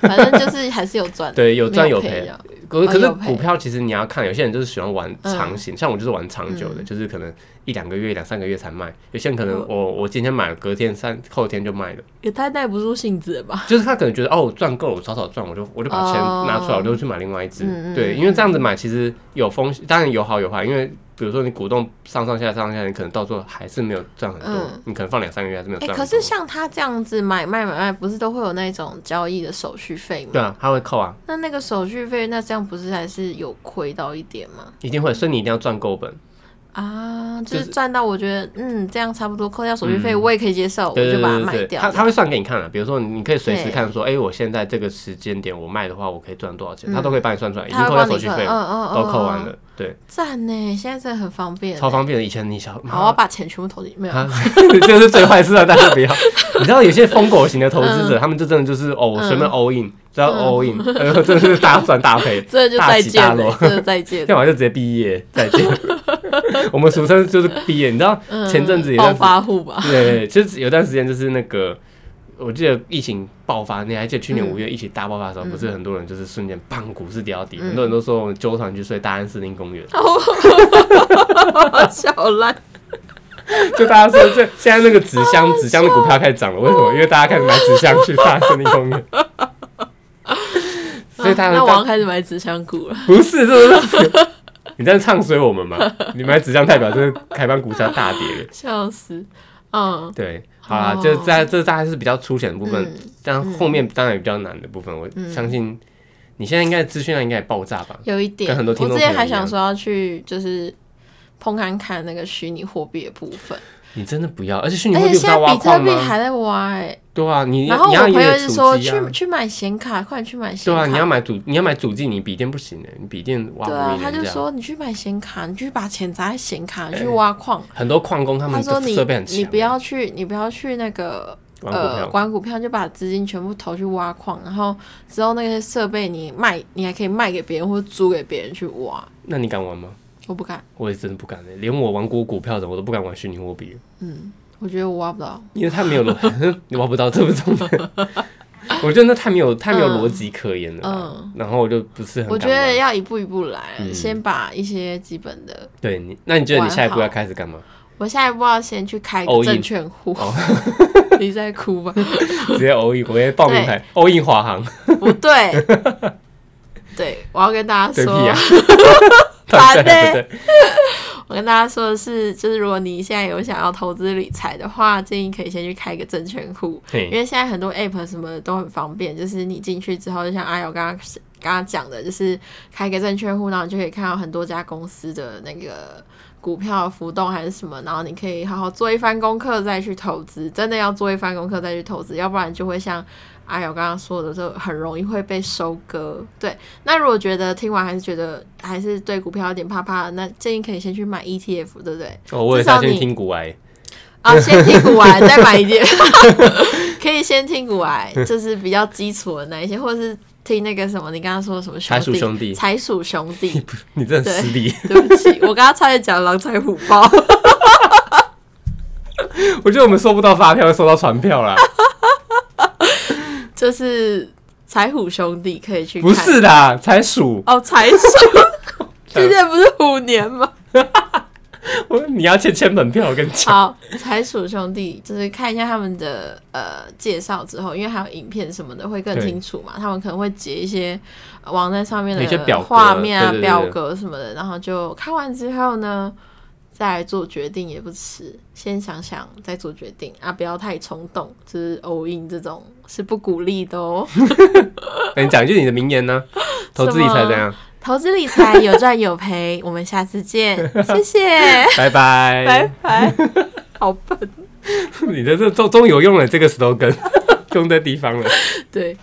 S2: 反正就是还是有赚
S1: 对，有赚
S2: 没
S1: 有
S2: 赔
S1: 赔。啊
S2: 的。
S1: 可
S2: 哦
S1: 可是
S2: 有赔
S1: 股票其实你要看，有些人就是喜欢玩长型，像我就是玩长久的，
S2: 嗯哦
S1: 就是可能一两个月、两三个月才卖。有些人可
S2: 我
S1: 能我我今天买，隔天三后天就卖了，
S2: 也太耐不住性子了吧？
S1: 就是他可能觉得哦，我赚够了，我少少赚，我就我就把钱
S2: 哦
S1: 拿出来，我就去买另外一只。
S2: 嗯嗯
S1: 对，
S2: 嗯
S1: 因为这样子买其实有风险，当然有好有坏，因为。比如说你股东上上下下上上下，你可能到最后还是没有赚很多，
S2: 嗯
S1: 你可能放两三个月还是没有
S2: 哎、
S1: 赚很多。
S2: 可是像他这样子买卖买卖，不是都会有那种交易的手续费吗？
S1: 对啊，他会扣啊，
S2: 那那个手续费，那这样不是还是有亏到一点吗？
S1: 一定会，所以你一定要赚够本。
S2: 啊，就
S1: 就是是
S2: 赚到我觉得，嗯，这样差不多，扣掉手续费，
S1: 嗯
S2: 我也可以接受，
S1: 对对
S2: 我就把
S1: 对
S2: 它
S1: 对
S2: 卖
S1: 对，
S2: 掉。
S1: 他他会算给你看了、比如说你可以随时
S2: 对
S1: 看说，哎、我现在这个时间点我卖的话，我可以赚多少钱，
S2: 嗯
S1: 他都可以帮你算出来，已经
S2: 他
S1: 扣
S2: 会
S1: 掉
S2: 帮
S1: 手
S2: 你
S1: 续
S2: 算，
S1: 费
S2: 嗯
S1: 了，
S2: 嗯嗯，
S1: 都扣完
S2: 嗯，
S1: 了，对，
S2: 赞呢，现在真的很方便，
S1: 超。方便的。以前你想，
S2: 好，啊我要把钱全部投进，没有，
S1: 啊， 这是最坏事啊！大家不要，你知道有些疯狗型的投资
S2: 嗯
S1: 者，他们就真的就是哦，我随便 all in，只要 all in，呃，真的是大赚大赔，
S2: 这嗯就
S1: 大
S2: 再
S1: 起大
S2: 见
S1: 落
S2: 了，这就再见 了。
S1: 要么就直接毕业再见。 我们俗称就是毕业，你知道
S2: 嗯
S1: 前阵子有一
S2: 暴
S1: 段时
S2: 发 户吧，
S1: 对，就是有段时间就是那个，我记得疫情爆发，你还记得去年五月疫情大爆发的时候，不是很多人就是瞬间砰，股市跌到底，
S2: 嗯
S1: 很多人都说我们纠团去睡大安森林公园，
S2: 小烂，
S1: 就大家说这现在那个纸箱 纸箱的股票开始涨了，为什么？因为大家开始买纸箱去大安森林公园。 所以
S2: 啊
S1: 他
S2: 那我要
S1: 们
S2: 开始买纸箱股了。
S1: 不是，这是 你在唱衰我们吗？你买纸箱代表就是台湾股市要大跌了。
S2: 笑死，嗯，
S1: 对，好啦，
S2: 哦
S1: 就在这大概是比较粗浅的部分
S2: 嗯，
S1: 但后面当然也比较难的部分，我相信你现在应该资讯量应该也爆炸吧？
S2: 有一点。
S1: 跟很多听
S2: 我
S1: 众
S2: 之
S1: 朋友
S2: 前
S1: 一
S2: 还想
S1: 样
S2: 说要去就是碰看看那个虚拟货币的部分，
S1: 你真的不要，而且虚拟
S2: 而
S1: 货
S2: 且
S1: 币不
S2: 现
S1: 是
S2: 在
S1: 要挖
S2: 比特
S1: 矿
S2: 币
S1: 吗？
S2: 还在挖哎、
S1: 对啊，你
S2: 然后
S1: 你
S2: 我
S1: 要
S2: 朋
S1: 有
S2: 友一
S1: 点
S2: 直
S1: 主
S2: 说
S1: 机
S2: 去
S1: 啊。
S2: 去买显卡，快点去买显
S1: 对
S2: 卡。
S1: 啊，你要买主你要买主机，你笔电不行的，你笔电挖不
S2: 对
S1: 赢
S2: 啊，
S1: 人
S2: 他就
S1: 家
S2: 说你去买显卡，你去把钱砸在显卡，你去挖矿。
S1: 很多矿哎工他们
S2: 他说
S1: 的
S2: 你
S1: 设备很强，啊
S2: 你不要去，你不要去那个
S1: 玩股
S2: 呃
S1: 票，
S2: 管股票，就把资金全部投去挖矿，然后之后那些设备你卖，你还可以卖给别人或租给别人去挖。
S1: 那你敢玩吗？
S2: 我不敢，
S1: 我也真的不敢欸连我玩过股票的我都不敢玩虚拟货币，
S2: 我觉得我挖不到。
S1: 因为它没有逻， 你挖不到这么重点。 我觉得那太没有太没有
S2: 嗯
S1: 逻辑可言了啦。
S2: 嗯，
S1: 然后我就不是很敢玩。
S2: 我觉得要一步一步来，
S1: 嗯
S2: 先把一些基本的。
S1: 对你，那你觉得你下一步
S2: 玩好
S1: 要开始干嘛？
S2: 我下一步要先去开
S1: All in
S2: 个
S1: 哦
S2: 证券户。 你在哭吧？
S1: 直接欧印，我也报名牌欧印华航，
S2: 不对，对，我要跟大家
S1: 对屁
S2: 说
S1: 啊，，
S2: 烦
S1: 对
S2: 欸
S1: 对对，
S2: 我跟大家说的是，就是如果你现在有想要投资理财的话，建议可以先去开一个证券户，
S1: 嘿
S2: 因为现在很多 app 什么的都很方便，就是你进去之后，就像阿友刚刚刚刚讲的，就是开一个证券户，然后你就可以看到很多家公司的那个股票浮动还是什么，然后你可以好好做一番功课再去投资，真的要做一番功课再去投资，要不然就会像。阿友刚刚说的，就很容易会被收割。对，那如果觉得听完还是觉得还是对股票有点怕怕的，那建议可以先去买 ETF，对不对？
S1: 哦我也
S2: 至
S1: 是要
S2: 少你
S1: 先听古癌，
S2: 啊，先听古玩，再买一件， 可以先听 古玩，就是比较基础的那一些，或者是听那个什么，你刚刚说什么
S1: 财鼠
S2: 兄
S1: 兄弟，
S2: 财鼠兄 弟，
S1: 你真的很失礼，
S2: 对不起，我刚刚差点讲狼财虎 豹，
S1: 我觉得我们收不到发票，收到传票 啦，
S2: 就是财虎兄弟可以去看，
S1: 不是啦，才鼠，
S2: 哦，财鼠，今天不是虎年吗？
S1: 我你要欠千本票，我跟你 讲，
S2: 好，财鼠兄弟就是看一下他们的呃介绍之后，因为还有影片什么的会更
S1: 对
S2: 清楚嘛。他们可能会截一些呃网站上面
S1: 有一些表
S2: 的
S1: 格
S2: 画面啊、
S1: 对对对
S2: 表
S1: 对
S2: 格什么的，然后就看完之后呢，再来做决定也不迟。先想想再做决定啊，不要太冲动，就是 all in 这种是不鼓励 的哦。
S1: 那哎你讲一句你的名 言呢？投资理财怎样？
S2: 投资理财有赚有赔，我们下次见，谢谢，
S1: 拜
S2: 拜
S1: 拜，
S2: 拜。好笨，
S1: 你的这终终于有用了这个 slogan，用对地方了，
S2: 对，